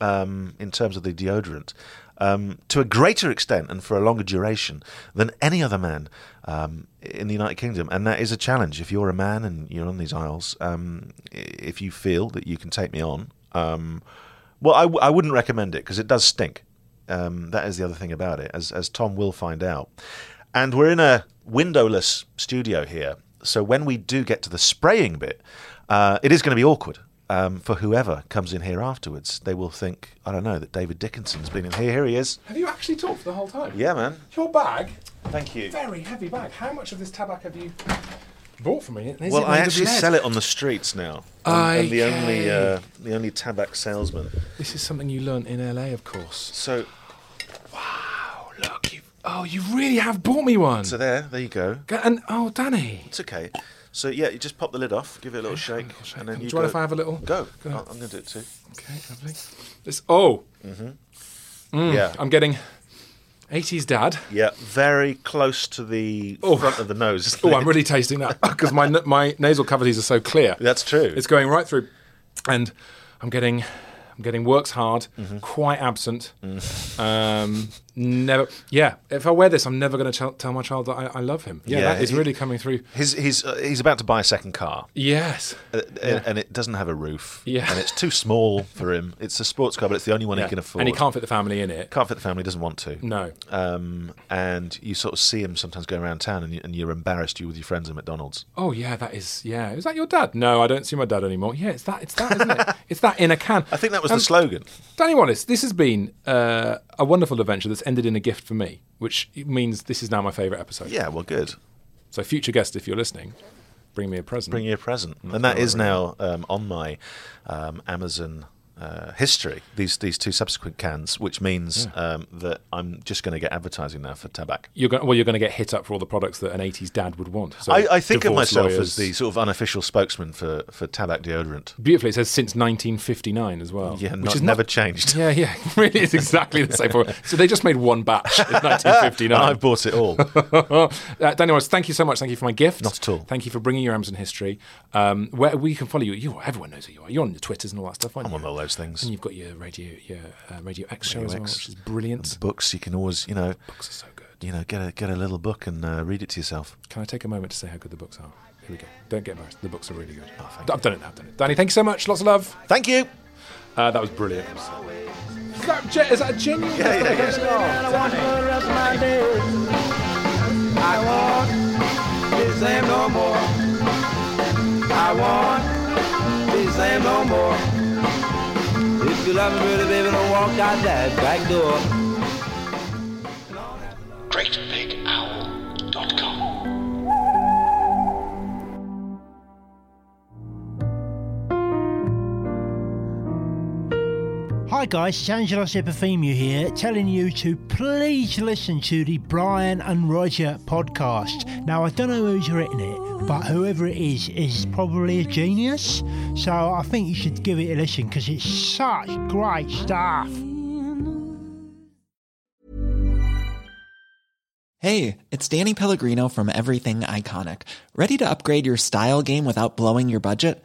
Speaker 3: um, in terms of the deodorant um, to a greater extent and for a longer duration than any other man um, in the United Kingdom. And that is a challenge. If you're a man and you're on these aisles, um, i- if you feel that you can take me on, um, well, I, w- I wouldn't recommend it because it does stink. Um, that is the other thing about it, as, as Tom will find out. And we're in a windowless studio here. So when we do get to the spraying bit, uh, it is going to be awkward um, for whoever comes in here afterwards. They will think, I don't know, that David Dickinson's been in here. Here he is.
Speaker 2: Have you actually talked the whole time?
Speaker 3: Yeah, man.
Speaker 2: Your bag,
Speaker 3: Thank you.
Speaker 2: very heavy bag. How much of this tabac have you bought for me? And is
Speaker 3: Well,
Speaker 2: it made
Speaker 3: I
Speaker 2: of
Speaker 3: actually
Speaker 2: lead?
Speaker 3: sell it on the streets now. I'm, I'm the only uh, the only tabac salesman.
Speaker 2: This is something you learnt in LA, of course.
Speaker 3: So
Speaker 2: Oh look, you. Oh, you really have bought me one.
Speaker 3: so there, there you go.
Speaker 2: Go- and oh, Danny,
Speaker 3: It's okay. So yeah, you just pop the lid off, give it a little shake, and then
Speaker 2: Do
Speaker 3: you.
Speaker 2: you mind
Speaker 3: go-
Speaker 2: if I have a little?
Speaker 3: Go.
Speaker 2: Go.
Speaker 3: I- I'm going to do it too.
Speaker 2: Okay, lovely. This, oh,
Speaker 3: yeah.
Speaker 2: Hmm, I'm getting 80s dad.
Speaker 3: yeah. Very close to the
Speaker 2: Oh.
Speaker 3: front of the
Speaker 2: [laughs]
Speaker 3: nose. isn't
Speaker 2: Oh,
Speaker 3: it?
Speaker 2: I'm really tasting that because my n- my nasal cavities are so clear.
Speaker 3: That's true.
Speaker 2: It's going right through, and I'm getting I'm getting works hard,
Speaker 3: Mm-hmm.
Speaker 2: quite absent.
Speaker 3: Mm.
Speaker 2: Um, never, yeah. If I wear this, I'm never going to ch- tell my child that I, I love him. Yeah,
Speaker 3: Yeah,
Speaker 2: that is
Speaker 3: it-
Speaker 2: really coming through.
Speaker 3: He's he's uh, he's about to buy a second car,
Speaker 2: Yes.
Speaker 3: uh, and it doesn't have a roof.
Speaker 2: Yeah.
Speaker 3: and it's too small for him. It's a sports car, but it's the only one
Speaker 2: Yeah.
Speaker 3: he can afford.
Speaker 2: And he can't Mm. fit the family in it.
Speaker 3: Can't fit the family. Doesn't want to.
Speaker 2: No.
Speaker 3: Um, and you sort of see him sometimes going around town, and, you, and you're embarrassed. You with your friends at McDonald's.
Speaker 2: Oh yeah, that is yeah. Is that your dad? No, I don't see my dad anymore. Yeah, it's that. It's that, isn't
Speaker 3: [laughs]
Speaker 2: it? It's that in a can.
Speaker 3: I think that was
Speaker 2: Um,
Speaker 3: the slogan.
Speaker 2: Danny Wallace, this has been uh, a wonderful adventure that's ended in a gift for me, which means this is now my favourite episode.
Speaker 3: Yeah, well, good.
Speaker 2: So, future guest, if you're listening, bring me a present.
Speaker 3: Bring you a present, and that is now um, on my um, Amazon uh, history. These these two subsequent cans, which means um, that I'm just going to get advertising now for Tabac.
Speaker 2: you're going well. You're going to get hit up for all the products that an '80s dad would want. So
Speaker 3: I, I think of
Speaker 2: divorce
Speaker 3: myself
Speaker 2: lawyers.
Speaker 3: as the sort of unofficial spokesman for, for Tabac deodorant.
Speaker 2: beautifully. It says since 1959 as well.
Speaker 3: Yeah,
Speaker 2: which
Speaker 3: not,
Speaker 2: is
Speaker 3: never [laughs] changed.
Speaker 2: Yeah, yeah, [laughs] really, it's exactly
Speaker 3: [laughs]
Speaker 2: the same. Product. So they just made one batch in 1959.
Speaker 3: And I've bought it
Speaker 2: [laughs]
Speaker 3: all.
Speaker 2: uh, Daniel, Wallace, thank you so much. Thank you for my gift.
Speaker 3: Not at all.
Speaker 2: Thank you for bringing your Amazon history. Um, where we can follow you, you everyone knows who you are. You're on the Twitters and all that stuff. Aren't
Speaker 3: I'm
Speaker 2: you?
Speaker 3: on all those things.
Speaker 2: And you've got your radio, your uh, Radio X show as well,
Speaker 3: X.
Speaker 2: which is brilliant.
Speaker 3: Books, you can always, you know,
Speaker 2: Books are so good.
Speaker 3: you know, get a get a little book and uh, read it to yourself.
Speaker 2: Can I take a moment to say how good the books are? Here we go. Don't get embarrassed. The books are really good. I've done it now. I've done it. Danny, thank Oh, you so much. Lots of love.
Speaker 3: Thank you.
Speaker 2: Uh, that was brilliant. Is that, ge- is that a genuine?
Speaker 1: GreatBigOwl.com.
Speaker 8: Hi guys, Sangelos Epifemia here, telling you to please listen to the Brian and Roger podcast. Now, I don't know who's written it, but whoever it is is probably a genius. So I think you should give it a listen because it's such great stuff.
Speaker 9: Hey, it's Danny Pellegrino from Everything Iconic. Ready to upgrade your style game without blowing your budget?